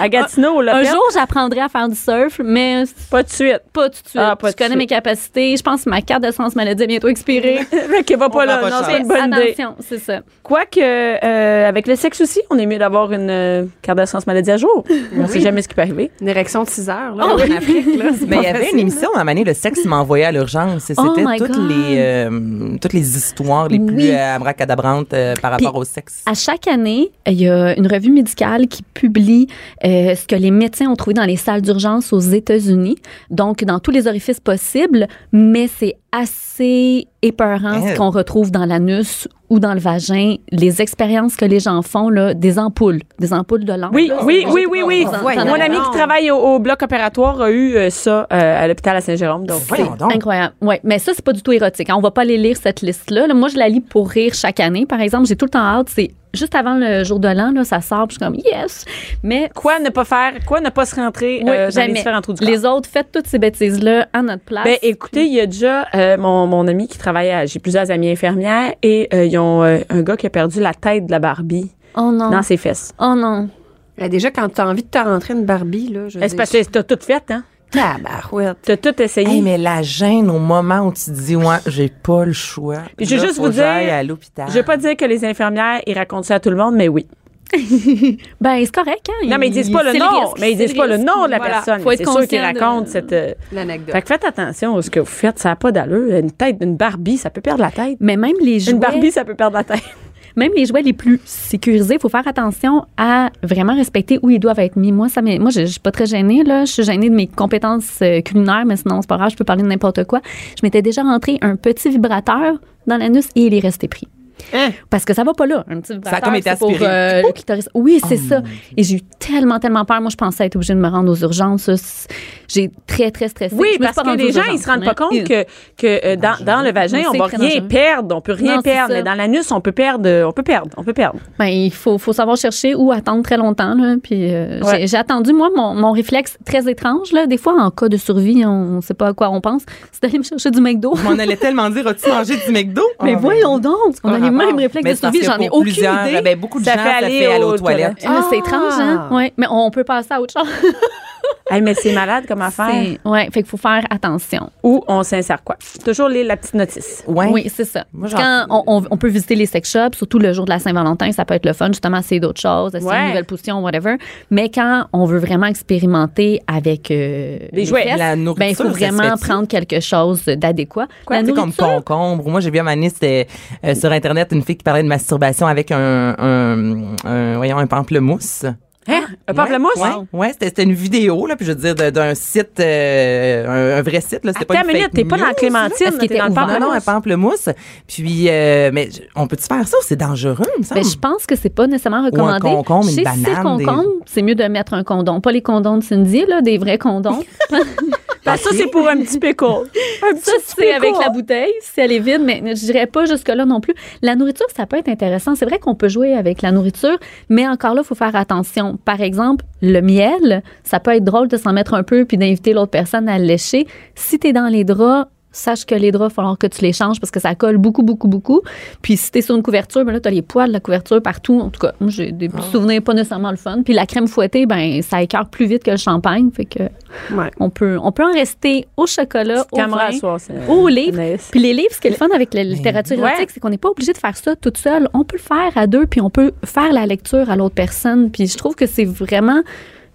C: à Gatineau, là.
E: Un
C: faire-
E: jour, j'apprendrai à faire du surf, mais
C: Pas de suite.
E: pas tout de suite.
C: Ah, pas
E: je
C: tout de
E: connais
C: suite.
E: mes capacités. Je pense que ma carte d'assurance maladie est bientôt expirée.
C: Fait qu'il va pas là.
D: prend pas de
C: Non, c'est
D: chance.
C: une bonne idée.
E: Attention, c'est ça.
C: Quoique, euh, avec le sexe aussi, on est mieux d'avoir une euh, carte d'assurance maladie à jour. On sait jamais ce qui peut arriver.
F: Une érection de 6 heures, là.
E: Oh,
F: en
E: oui.
F: Afrique, là. C'est
D: Mais
F: pas
D: il y avait
F: facile.
D: une émission à un moment donné, le sexe m'envoyait à l'urgence. Et C'était
E: Oh my
D: toutes,
E: God.
D: les, euh, toutes les histoires les plus
E: Oui.
D: euh, abracadabrantes euh, par
E: Puis- ah,
D: rapport au sexe.
E: À chaque année, il y a une revue médicale qui publie euh, ce que les médecins ont trouvé dans les salles d'urgence aux États-Unis, donc dans tous les orifices possibles, mais c'est assez épeurant
D: Eh.
E: ce qu'on retrouve dans l'anus ou dans le vagin, les expériences que les gens font, là, des ampoules, des ampoules de lampe.
C: Oui, oh,
E: là,
C: oui,
E: c'est-
C: oui, oui, oui.
E: Vous en-
F: Ouais,
E: vous en
C: Mon
E: avez-
C: ami
F: non.
C: qui travaille au, au bloc opératoire a eu euh, ça euh, à l'hôpital à Saint-Jérôme. Donc,
D: Voyons donc.
E: Incroyable. Ouais, mais ça c'est pas du tout érotique. hein. On va pas aller lire cette liste là. Moi je la lis pour rire chaque année. Par exemple, j'ai tout le temps hâte, c'est juste avant le jour de l'an là, ça sort, puis je suis comme yes. Mais
C: quoi ne pas faire, quoi ne pas se rentrer
E: Oui,
C: euh, dans les
E: jamais.
C: différents trous du corps?
E: les autres faites toutes ces bêtises là à notre place.
C: Ben, écoutez, il y a déjà euh, mon, mon ami qui travaille à. J'ai plusieurs amis infirmières et euh, ils ont euh, un gars qui a perdu la tête de la Barbie
E: oh non.
C: dans ses fesses.
E: Oh non.
F: Mais Ben, déjà, quand t'as envie de te rentrer une Barbie, là, je
C: Ben, Eh, C'est parce que t'as tout fait, hein?
F: Tabarouette.
C: T'as tout essayé.
D: Hey, mais la gêne au moment où tu te dis, ouais, j'ai pas le choix.
C: Puis je vais
D: Là,
C: juste
D: faut
C: vous
D: que j'aille
C: dire-
D: à l'hôpital.
C: Je veux pas dire que les infirmières, ils racontent ça à tout le monde, mais oui.
E: Ben c'est correct hein.
C: Non, mais ils disent pas le
E: c'est
C: nom.
E: risque,
C: Mais ils
E: c'est
C: disent pas le
E: risque.
C: nom de la
E: Voilà.
C: personne.
E: Faut
C: mais
E: être
C: C'est sûr qu'ils
E: conscient de-
C: racontent cette. euh,
F: L'anecdote.
C: Fait que faites attention à ce que vous faites. Ça n'a pas d'allure. Une tête d'une Barbie, ça peut perdre la tête.
E: Mais même les jouets,
C: Une Barbie, ça peut perdre la tête.
E: même les jouets les plus sécurisés, faut faire attention à vraiment respecter où ils doivent être mis. Moi ça m'est- moi je, je suis pas très gênée là, je suis gênée de mes compétences euh, culinaires mais sinon c'est pas grave, je peux parler de n'importe quoi. Je m'étais déjà rentré un petit vibrateur dans l'anus et il est resté pris. Parce que ça va pas là, un petit vibrateur.
D: comme été
E: c'est pour,
D: aspiré.
E: euh, le clitoris. Oui, c'est ça. Et j'ai eu tellement, tellement peur. Moi, je pensais être obligée de me rendre aux urgences. C'est- J'ai très, très stressé.
C: Oui,
E: Je me suis
C: parce
E: pas
C: que
E: rendue
C: les
E: aux
C: gens,
E: urgences,
C: ils se rendent
E: mais-
C: pas compte que, que euh, dans, dans le vagin,
E: Oui,
C: on
E: c'est
C: va
E: très
C: rien
E: dangereux.
C: perdre, on peut rien
E: Non, c'est
C: perdre,
E: ça.
C: mais dans l'anus, on peut perdre, euh, on peut perdre, on peut perdre.
E: Ben, il faut, faut savoir chercher ou attendre très longtemps. Là, puis euh,
C: Ouais.
E: j'ai- j'ai attendu, moi, mon, mon réflexe très étrange. Là, des fois, en cas de survie, on ne sait pas à quoi on pense. C'est d'aller me chercher du McDo.
D: Je m'en allais tellement dire, as-tu mangé du McDo?
E: Mais
D: Ah,
E: voyons donc, on
D: pas
E: a les
D: rapport.
E: mêmes réflexes
D: Mais
E: de
D: c'est parce
E: survie.
D: que
E: J'en ai
D: pour
E: aucune
D: plusieurs,
E: idée.
D: ben, beaucoup de
C: Ça
D: gens,
C: fait
D: ça
C: aller
D: fait aller
C: aux
D: aux toilettes.
E: Ah, c'est étrange, hein? Ouais, mais on peut passer à autre chose.
C: Hey, mais c'est malade comme affaire.
E: C'est- Ouais, fait qu'il faut faire attention.
C: Ou on s'insère quoi? Toujours lire la petite notice.
D: Ouais.
E: Oui, c'est ça.
D: Moi, j'en-
E: Quand on, on- on peut visiter les sex shops, surtout le jour de la Saint-Valentin, ça peut être le fun, justement, c'est d'autres choses, essayer
C: Ouais.
E: une nouvelle position, whatever. Mais quand on veut vraiment expérimenter avec euh, les
C: jouets.
E: fesses,
D: La
E: ben, il
D: nourriture,
E: faut
D: ça se
E: vraiment
D: fait-tu?
E: prendre quelque chose d'adéquat. La
D: C'est comme
C: hein.
E: nourriture,
D: concombre. Moi, j'ai vu à Manis c'était euh, sur Internet une fille qui parlait de masturbation avec un, un, un- voyons, un pamplemousse.
C: Hein?
E: Ah,
C: Un pamplemousse?
D: Ouais, ouais, ouais, c'était, c'était une vidéo, là, puis je veux dire, de- d'un site, euh, un, un vrai site, là. C'était pas
C: Attends
D: une
C: une minute,
D: fake
C: t'es pas dans
D: news,
C: Clémentine,
D: là.
E: Est-ce qu'il
C: t'es dans le
E: était
D: Non, non, un
C: pamplemousse.
D: pamplemousse. Puis, euh, mais je- on peut-tu faire ça? C'est dangereux, il me semble.
E: ben, je pense que c'est pas nécessairement
D: Ou un
E: recommandé.
D: concombre, une
E: Chez-
D: banane,
E: si c'est concombre, c'est mieux de mettre un condom. Pas les condoms de Cindy, là, des vrais condoms.
C: Ben, ça, c'est pour un petit pickle. Un petit
E: Ça, c'est
C: pickle.
E: avec la bouteille, si elle est vide, mais je dirais pas jusque-là non plus. La nourriture, ça peut être intéressant. C'est vrai qu'on peut jouer avec la nourriture, mais encore là, il faut faire attention. Par exemple, le miel, ça peut être drôle de s'en mettre un peu puis d'inviter l'autre personne à le lécher. Si tu es dans les draps, Sache que les draps, il va falloir que tu les changes parce que ça colle beaucoup, beaucoup, beaucoup. Puis si t'es sur une couverture, ben là, t'as les poils de la couverture partout. En tout cas, moi, j'ai des
C: Ah.
E: souvenirs pas nécessairement le fun. Puis la crème fouettée, ben ça écœure plus vite que le champagne. Fait que
F: Ouais.
E: on peut, on peut en rester au chocolat, au
C: Caméra
E: vin,
C: à soir, c'est-
E: aux livres.
C: Anaïs.
E: Puis les livres, ce qui est le fun avec la littérature
C: Ouais.
E: érotique, c'est qu'on n'est pas obligé de faire ça toute seule. On peut le faire à deux, puis on peut faire la lecture à l'autre personne. Puis je trouve que c'est vraiment...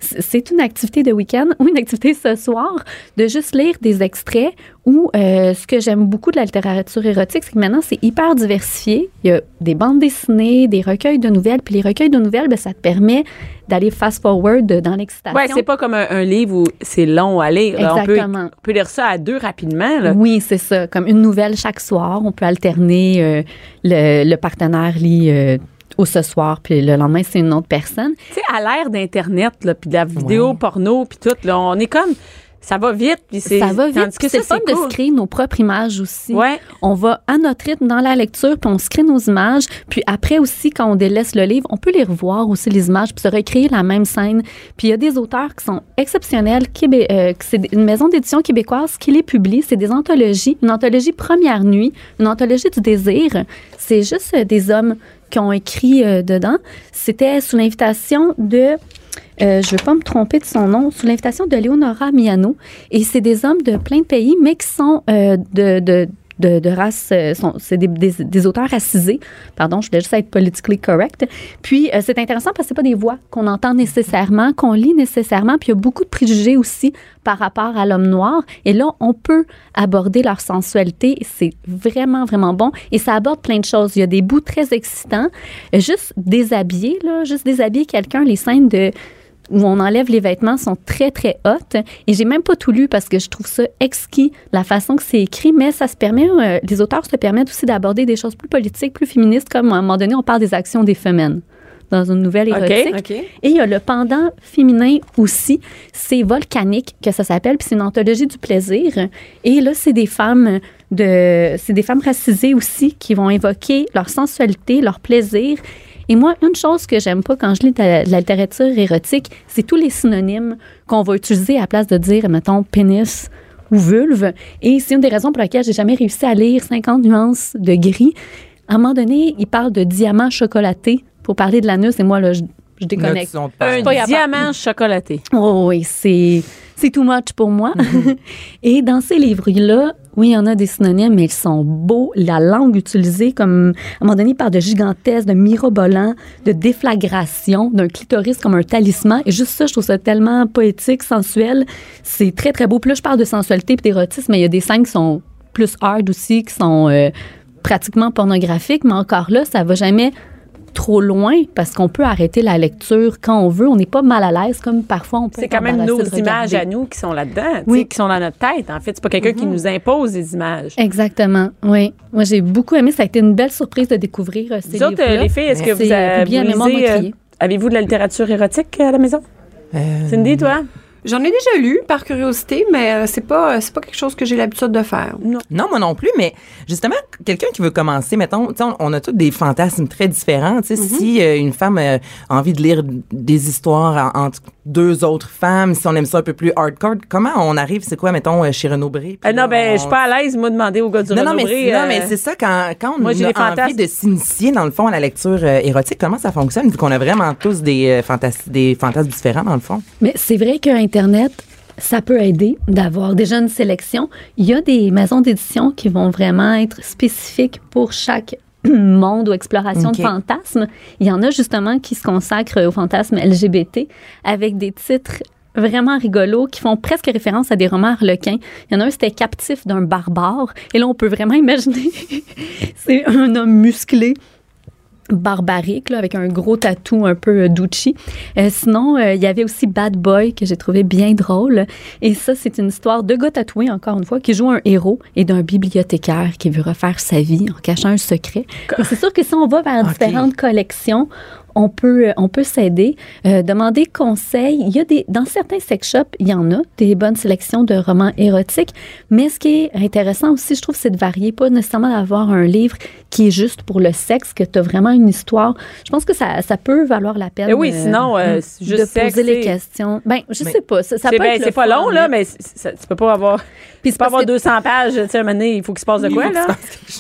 E: c'est- C'est une activité de week-end ou une activité ce soir de juste lire des extraits ou euh, ce que j'aime beaucoup de la littérature érotique, c'est que maintenant, c'est hyper diversifié. Il y a des bandes dessinées, des recueils de nouvelles, puis les recueils de nouvelles, ben, ça te permet d'aller fast-forward de- dans l'excitation.
C: Ouais, c'est pas comme un, un livre où c'est long à lire. là. On peut,
E: Exactement.
C: on peut lire ça à deux rapidement. Là.
E: Oui, c'est ça. Comme une nouvelle chaque soir, on peut alterner. euh, le, le partenaire lit euh, au ce soir, puis le lendemain, c'est une autre personne.
C: Tu sais, à l'ère d'Internet, là, puis de la vidéo porno, puis tout, là, on est comme... Ça va vite, puis c'est...
E: Ça va vite.
C: tandis que
E: Puis c'est
C: ça,
E: le fun
C: c'est
E: de
C: cool.
E: se créer nos propres images aussi.
C: Ouais.
E: On va à notre rythme dans la lecture, puis on se crée nos images. Puis après aussi, quand on délaisse le livre, on peut les revoir aussi, les images, puis se recréer la même scène. Puis il y a des auteurs qui sont exceptionnels. Québé- euh, que c'est une maison d'édition québécoise qui les publie. C'est des anthologies. Une anthologie Première Nuit, une anthologie du désir. C'est juste euh, des hommes qui ont écrit euh, dedans. C'était sous l'invitation de... Euh, je ne veux pas me tromper de son nom, sous l'invitation de Leonora Miano. Et c'est des hommes de plein de pays, mais qui sont euh, de, de, de, de race, euh, sont- c'est des, des- des auteurs racisés. Pardon, je voulais juste être politically correct. Puis euh, c'est intéressant parce que ce pas des voix qu'on entend nécessairement, qu'on lit nécessairement. Puis il y a beaucoup de préjugés aussi par rapport à l'homme noir. Et là, on peut aborder leur sensualité. C'est vraiment, vraiment bon. Et ça aborde plein de choses. Il y a des bouts très excitants. Euh, Juste déshabiller, là, juste déshabiller quelqu'un, les scènes de où on enlève les vêtements sont très, très hautes. Et j'ai même pas tout lu parce que je trouve ça exquis, la façon que c'est écrit, mais ça se permet, euh, les auteurs se permettent aussi d'aborder des choses plus politiques, plus féministes, comme à un moment donné, on parle des actions des femmes dans une nouvelle
C: Ok,
E: érotique. Et il y a le pendant féminin aussi, c'est volcanique que ça s'appelle, puis c'est une anthologie du plaisir. Et là, c'est des femmes de, c'est des femmes racisées aussi qui vont évoquer leur sensualité, leur plaisir. Et moi, une chose que j'aime pas quand je lis de la, de la littérature érotique, c'est tous les synonymes qu'on va utiliser à la place de dire, mettons, pénis ou vulve. Et c'est une des raisons pour laquelle j'ai jamais réussi à lire 50 nuances de gris. À un moment donné, il parle de diamant chocolaté pour parler de l'anus, et moi, là, je, je
D: Là, tu
E: déconnecte.
D: sont-
C: Un
E: Pas y a pas-
C: diamant chocolaté.
E: Oh oui, c'est c'est too much pour moi. Et dans ces livres-là, oui, il y en a des synonymes, mais ils sont beaux. La langue utilisée, comme à un moment donné, par de gigantesques, de mirobolants, de déflagration, d'un clitoris comme un talisman. Et juste ça, je trouve ça tellement poétique, sensuel. C'est très, très beau. Puis là, je parle de sensualité et d'érotisme, mais il y a des scènes qui sont plus hard aussi, qui sont euh, pratiquement pornographiques. Mais encore là, ça va jamais trop loin parce qu'on peut arrêter la lecture quand on veut. On n'est pas mal à l'aise comme parfois on peut.
C: C'est
E: être
C: quand même
E: embarrassé
C: nos
E: de
C: images
E: regarder.
C: à nous qui sont là-dedans, tu
E: Oui. Mhm.
C: sais, qui sont dans notre tête. En fait, c'est pas quelqu'un qui nous impose des images.
E: Exactement, oui. Moi, j'ai beaucoup aimé. Ça a été une belle surprise de découvrir euh, ces
C: Vous autres, euh,
E: livres-là.
C: les filles, est-ce que
E: C'est
C: vous avez
E: publié à Mémoire
C: lisez, euh,
E: Motrier.
C: Avez-vous de la littérature érotique à la maison?
D: Euh,
C: Cindy, toi?
F: J'en ai déjà lu par curiosité, mais euh, c'est pas euh, c'est pas quelque chose que j'ai l'habitude de faire.
D: Non, moi non plus, mais justement, quelqu'un qui veut commencer, mettons, tu sais, on, on a tous des fantasmes très différents. tu sais,
C: Mhm.
D: Si euh, une femme euh, a envie de lire des histoires en- entre deux autres femmes, si on aime ça un peu plus hardcore, comment on arrive, c'est quoi, mettons, euh, chez Renaud Bré? puis
C: Euh, non,
D: là,
C: ben,
D: on-
C: je suis pas à l'aise, moi, demander au gars du
D: Non, non, mais,
C: Renaud-Bré,
D: c'est- non,
C: euh,
D: mais c'est ça, quand, quand on
C: moi, j'ai
D: a
C: des fantasmes.
D: envie de s'initier, dans le fond, à la lecture euh, érotique, comment ça fonctionne, vu qu'on a vraiment tous des, euh, fantas- des fantasmes différents, dans le fond?
E: Mais c'est vrai qu'Internet, ça peut aider d'avoir déjà une sélection. Il y a des maisons d'édition qui vont vraiment être spécifiques pour chaque monde ou exploration
D: Ok.
E: de fantasmes. Il y en a justement qui se consacrent aux fantasmes LGBT avec des titres vraiment rigolos qui font presque référence à des romans harlequins. Il y en a un, c'était Captif d'un barbare. Et là, on peut vraiment imaginer, c'est un homme musclé barbarique, là, avec un gros tatou un peu euh, douchi. Euh, sinon, euh, il y avait aussi Bad Boy, que j'ai trouvé bien drôle. Et ça, c'est une histoire de gars tatoué, encore une fois, qui joue un héros et d'un bibliothécaire qui veut refaire sa vie en cachant un secret. Donc, C'est sûr que si on va vers
D: Ok.
E: différentes collections, on peut, on peut s'aider. Euh, demander conseil. Il y a des, dans certains sex shops, il y en a des bonnes sélections de romans érotiques. Mais ce qui est intéressant aussi, je trouve, c'est de varier, pas nécessairement d'avoir un livre qui est juste pour le sexe, que tu as vraiment une histoire. Je pense que ça, ça peut valoir la peine.
C: Eh oui,
E: euh,
C: sinon, euh, c'est
E: de
C: juste
E: poser
C: sexe,
E: les
C: c'est-
E: questions. Ben, je
D: Mais
E: sais pas. Ça, ça
C: c'est
E: peut
C: ben,
E: être
C: c'est
E: le
C: pas
E: fun,
C: long, là, mais c'est- ça- tu peux pas avoir,
E: Puis
C: tu
E: c'est
C: peux
E: parce
C: avoir
E: que-
C: 200 pages. Tu sais, à un moment donné, il faut qu'il se passe de quoi, là?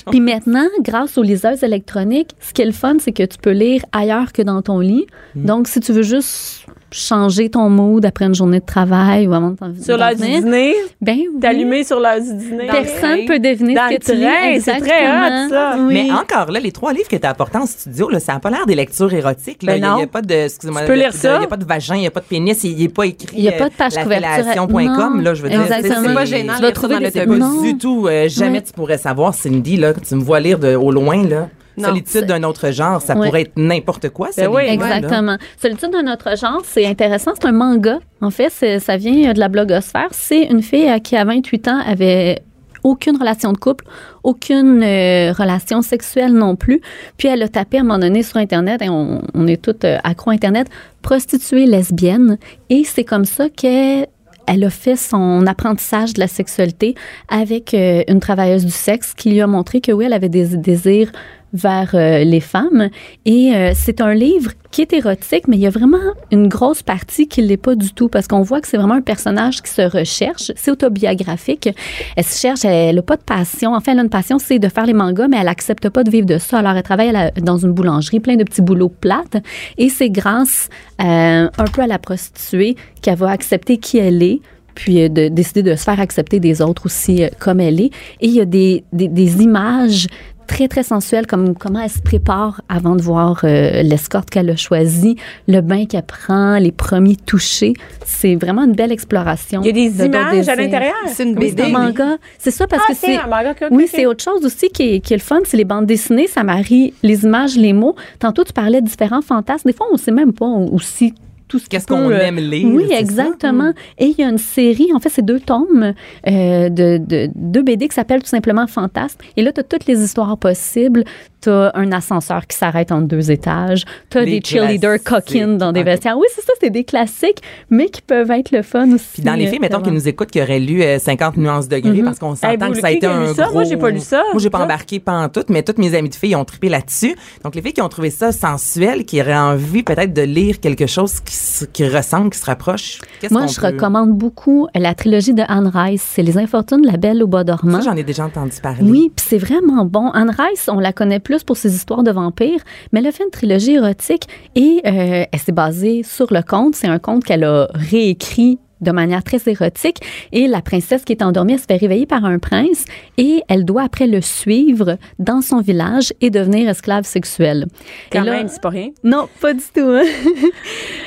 E: Puis maintenant, grâce aux liseuses électroniques, ce qui est le fun, c'est que tu peux lire ailleurs que dans ton lit.
C: Mm.
E: Donc, si tu veux juste changer ton mood après une journée de travail ou avant de t'en
C: Sur l'heure
E: d'en
C: du
E: venir,
C: dîner,
E: ben oui.
C: t'allumer sur l'heure du dîner.
E: Personne peut deviner
C: Dans
E: ce
C: le
E: que tu lis.
C: train, c'est très
E: exactement.
C: hot, ça.
E: Oui.
D: Mais encore là, les trois livres que tu as apportés en studio, là, ça n'a pas l'air des lectures érotiques. Là.
C: Ben
D: Il y a-
C: non.
D: Il n'y a pas de, excusez-moi,
C: Tu peux
D: de-
C: lire
D: de-
C: ça.
D: Il n'y a pas de vagin, il n'y a pas de pénis, il n'y a pas écrit.
E: Il n'y a pas de page
D: euh,
E: couverture.
D: lafellation.com,
E: Non.
D: là, je veux dire.
E: Exactement.
D: tu sais,
E: C'est pas
F: gênant
E: Tu
F: de lire
E: vas
F: ça
E: trouver
F: dans
E: des
D: C'est
F: l'autobus.
D: pas
E: Non.
D: du tout. euh, jamais
E: Ouais.
D: tu pourrais savoir, Cindy, là, que tu me vois lire de, au loin, là.
F: Non,
D: Solitude d'un autre genre, ça
E: Ouais. Ben
D: pourrait être n'importe quoi. ça,
C: oui,
D: les livres, là.
E: Exactement. Solitude de notre genre, c'est intéressant. C'est un manga. En fait, c'est- ça vient euh, de la blogosphère. C'est une fille euh, qui, à 28 ans, avait aucune relation de couple, aucune euh, relation sexuelle non plus. Puis elle a tapé à un moment donné sur Internet, et on, on est toutes euh, accro à Internet, prostituée lesbienne. Et c'est comme ça qu'elle elle a fait son apprentissage de la sexualité avec euh, une travailleuse du sexe qui lui a montré que oui, elle avait des désirs vers euh, les femmes. Et euh, c'est un livre qui est érotique, mais il y a vraiment une grosse partie qui ne l'est pas du tout parce qu'on voit que c'est vraiment un personnage qui se recherche. C'est autobiographique. Elle se cherche, elle n'a pas de passion. Enfin, elle a une passion, c'est de faire les mangas, mais elle n'accepte pas de vivre de ça. Alors, elle travaille à la- dans une boulangerie, plein de petits boulots plates. Et c'est grâce euh, un peu à la prostituée qu'elle va accepter qui elle est puis euh, de décider de se faire accepter des autres aussi euh, comme elle est. Et il y a des, des, des images très, très sensuelles, comme comment elle se prépare avant de voir euh, l'escorte qu'elle a choisie, le bain qu'elle prend, les premiers touchés. C'est vraiment une belle exploration.
C: Il y a
E: de
C: des
E: d'autres
C: images à
E: désirs.
C: l'intérieur.
F: C'est une
E: Oui, c'est un
F: BD.
E: manga. C'est ça parce
C: Ah,
E: que
C: c'est
E: c'est.
C: un manga, ok, ok,
E: oui,
C: ok.
E: c'est autre chose aussi qui est, qui est le fun, c'est les bandes dessinées, ça marie les images, les mots. Tantôt, tu parlais de différents fantasmes. Des fois, on ne sait même pas aussi tout ce
D: Qu'est-ce
E: peut,
D: qu'on
E: euh,
D: aime lire?
E: Oui,
D: c'est ça? Mm.
E: exactement. Et il y a une série, en fait, c'est deux tomes euh, de, de, de BD qui s'appelle tout simplement Fantasme. Et là, tu as toutes les histoires possibles. Tu as un ascenseur qui s'arrête entre deux étages. Tu as
D: Les
E: des cheerleaders
D: classiques.
E: coquines dans des
D: Ok.
E: vestiaires. Oui, c'est ça, c'est des classiques, mais qui peuvent être le fun aussi.
D: Puis dans les faits,
E: euh,
D: mettons
E: vraiment.
D: qu'ils nous écoutent, qu'ils auraient lu euh, 50 nuances de gris, parce qu'on s'entend
C: Mm-hmm. vous,
D: que ça a
C: qui
D: été
C: a lu
D: un
C: ça?
D: gros...
C: Moi, j'ai pas lu ça.
D: Moi, j'ai pas
C: Ça?
D: embarqué pas en tout, mais toutes mes amies de filles ont trippé là-dessus. Donc, les filles qui ont trouvé ça sensuel, qui auraient envie peut-être de lire quelque chose qui, se- qui ressemble, qui se rapproche, qu'est-ce
E: Moi,
D: qu'on
E: je
D: peut-
E: recommande beaucoup la trilogie de Anne Rice. C'est Les Infortunes, La Belle au Bois dormant.
D: Ça, j'en ai déjà entendu parler.
E: Oui, puis c'est vraiment bon. Anne Rice, on la connaît plus pour ses histoires de vampires, mais elle a fait une trilogie érotique et euh, elle s'est basée sur le conte. C'est un conte qu'elle a réécrit de manière très érotique et la princesse qui est endormie, elle se fait réveiller par un prince et elle doit après le suivre dans son village et devenir esclave sexuelle.
C: Quand
E: et là-
C: même, c'est pas rien.
E: non, pas du tout. hein.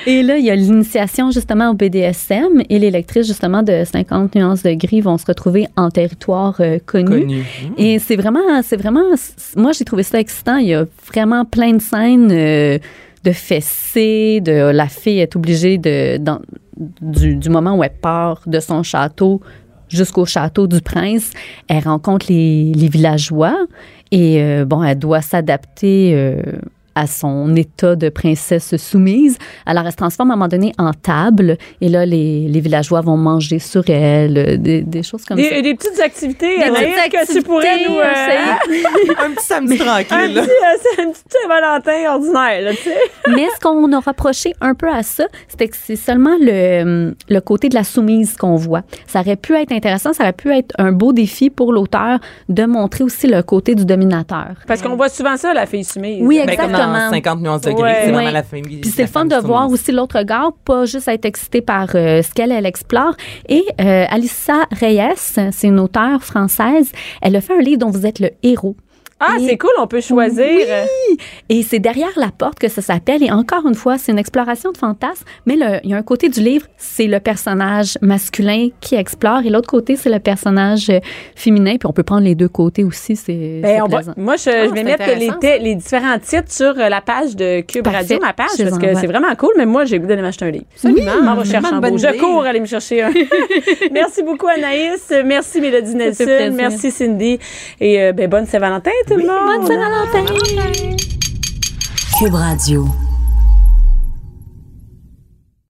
E: et là, il y a l'initiation justement au BDSM et les lectrices justement de 50 nuances de gris vont se retrouver en territoire euh,
D: Connu.
E: et c'est vraiment, c'est vraiment, moi j'ai trouvé ça excitant. Il y a vraiment plein de scènes euh, de fessées, de la fille est obligée de, dans- du, du moment où elle part de son château jusqu'au château du prince, elle rencontre les, les villageois et euh, bon, elle doit s'adapter. euh, à son état de princesse soumise. Alors, elle se transforme à un moment donné en table. Et là, les, les villageois vont manger sur elle, euh, des, des choses comme ça.
C: Des, des petites activités,
E: Des
C: Anaïs,
E: petites
C: que tu pourrais
E: activités,
C: nous...
E: euh,
C: euh,
D: un petit samedi
C: un petit,
D: tranquille, là.
C: euh, c'est un petit Saint-Valentin ordinaire, là, tu sais.
E: Mais ce qu'on a rapproché un peu à ça, c'était que c'est seulement le, hum, le côté de la soumise qu'on voit. Ça aurait pu être intéressant, ça aurait pu être un beau défi pour l'auteur de montrer aussi le côté du dominateur.
C: Parce qu'on voit souvent ça, la fille soumise.
E: Oui,
D: Ben, comme dans
E: Exactement.
D: 50 nuances de gris,
C: Ouais.
D: c'est vraiment
E: Ouais.
D: la famille.
E: Puis c'est
D: la
E: le fun
D: femme
E: de
D: sous-
E: voir aussi l'autre regard, pas juste être excité par euh, ce qu'elle elle explore. Et euh, Alissa Reyes, c'est une auteure française, elle a fait un livre dont vous êtes le héros.
C: Ah,
E: Et-
C: c'est cool, on peut choisir. euh,
E: Et c'est derrière la porte que ça s'appelle. Et encore une fois, c'est une exploration de fantasmes. Mais le- il y a un côté du livre, c'est le personnage masculin qui explore. Et l'autre côté, c'est le personnage euh, féminin. Puis on peut prendre les deux côtés aussi. C'est
C: Ben,
E: c'est
C: on va-
E: plaisant. Ah,
C: moi, je, je vais
F: c'est
C: mettre les,
F: intéressant,
C: te- les différents titres sur euh, la page de Cube
E: Parfait.
C: Radio, ma page,
E: Je les
C: parce que
E: envoie.
C: c'est vraiment cool, mais moi, j'ai le goût d'aller m'acheter un livre.
F: Absolument.
C: Je m'en recherche
F: Tellement
C: en
F: de
C: beau.
F: bonnes
C: Je
F: idées.
C: cours aller me chercher un. Merci beaucoup, Anaïs. Merci, Mélodie Nelson.
E: plaisir.
C: Merci, Cindy. Et euh, ben, bonne Saint-Valentin, tout le monde.
E: Bonne Saint-Valentin!
A: Cube Radio.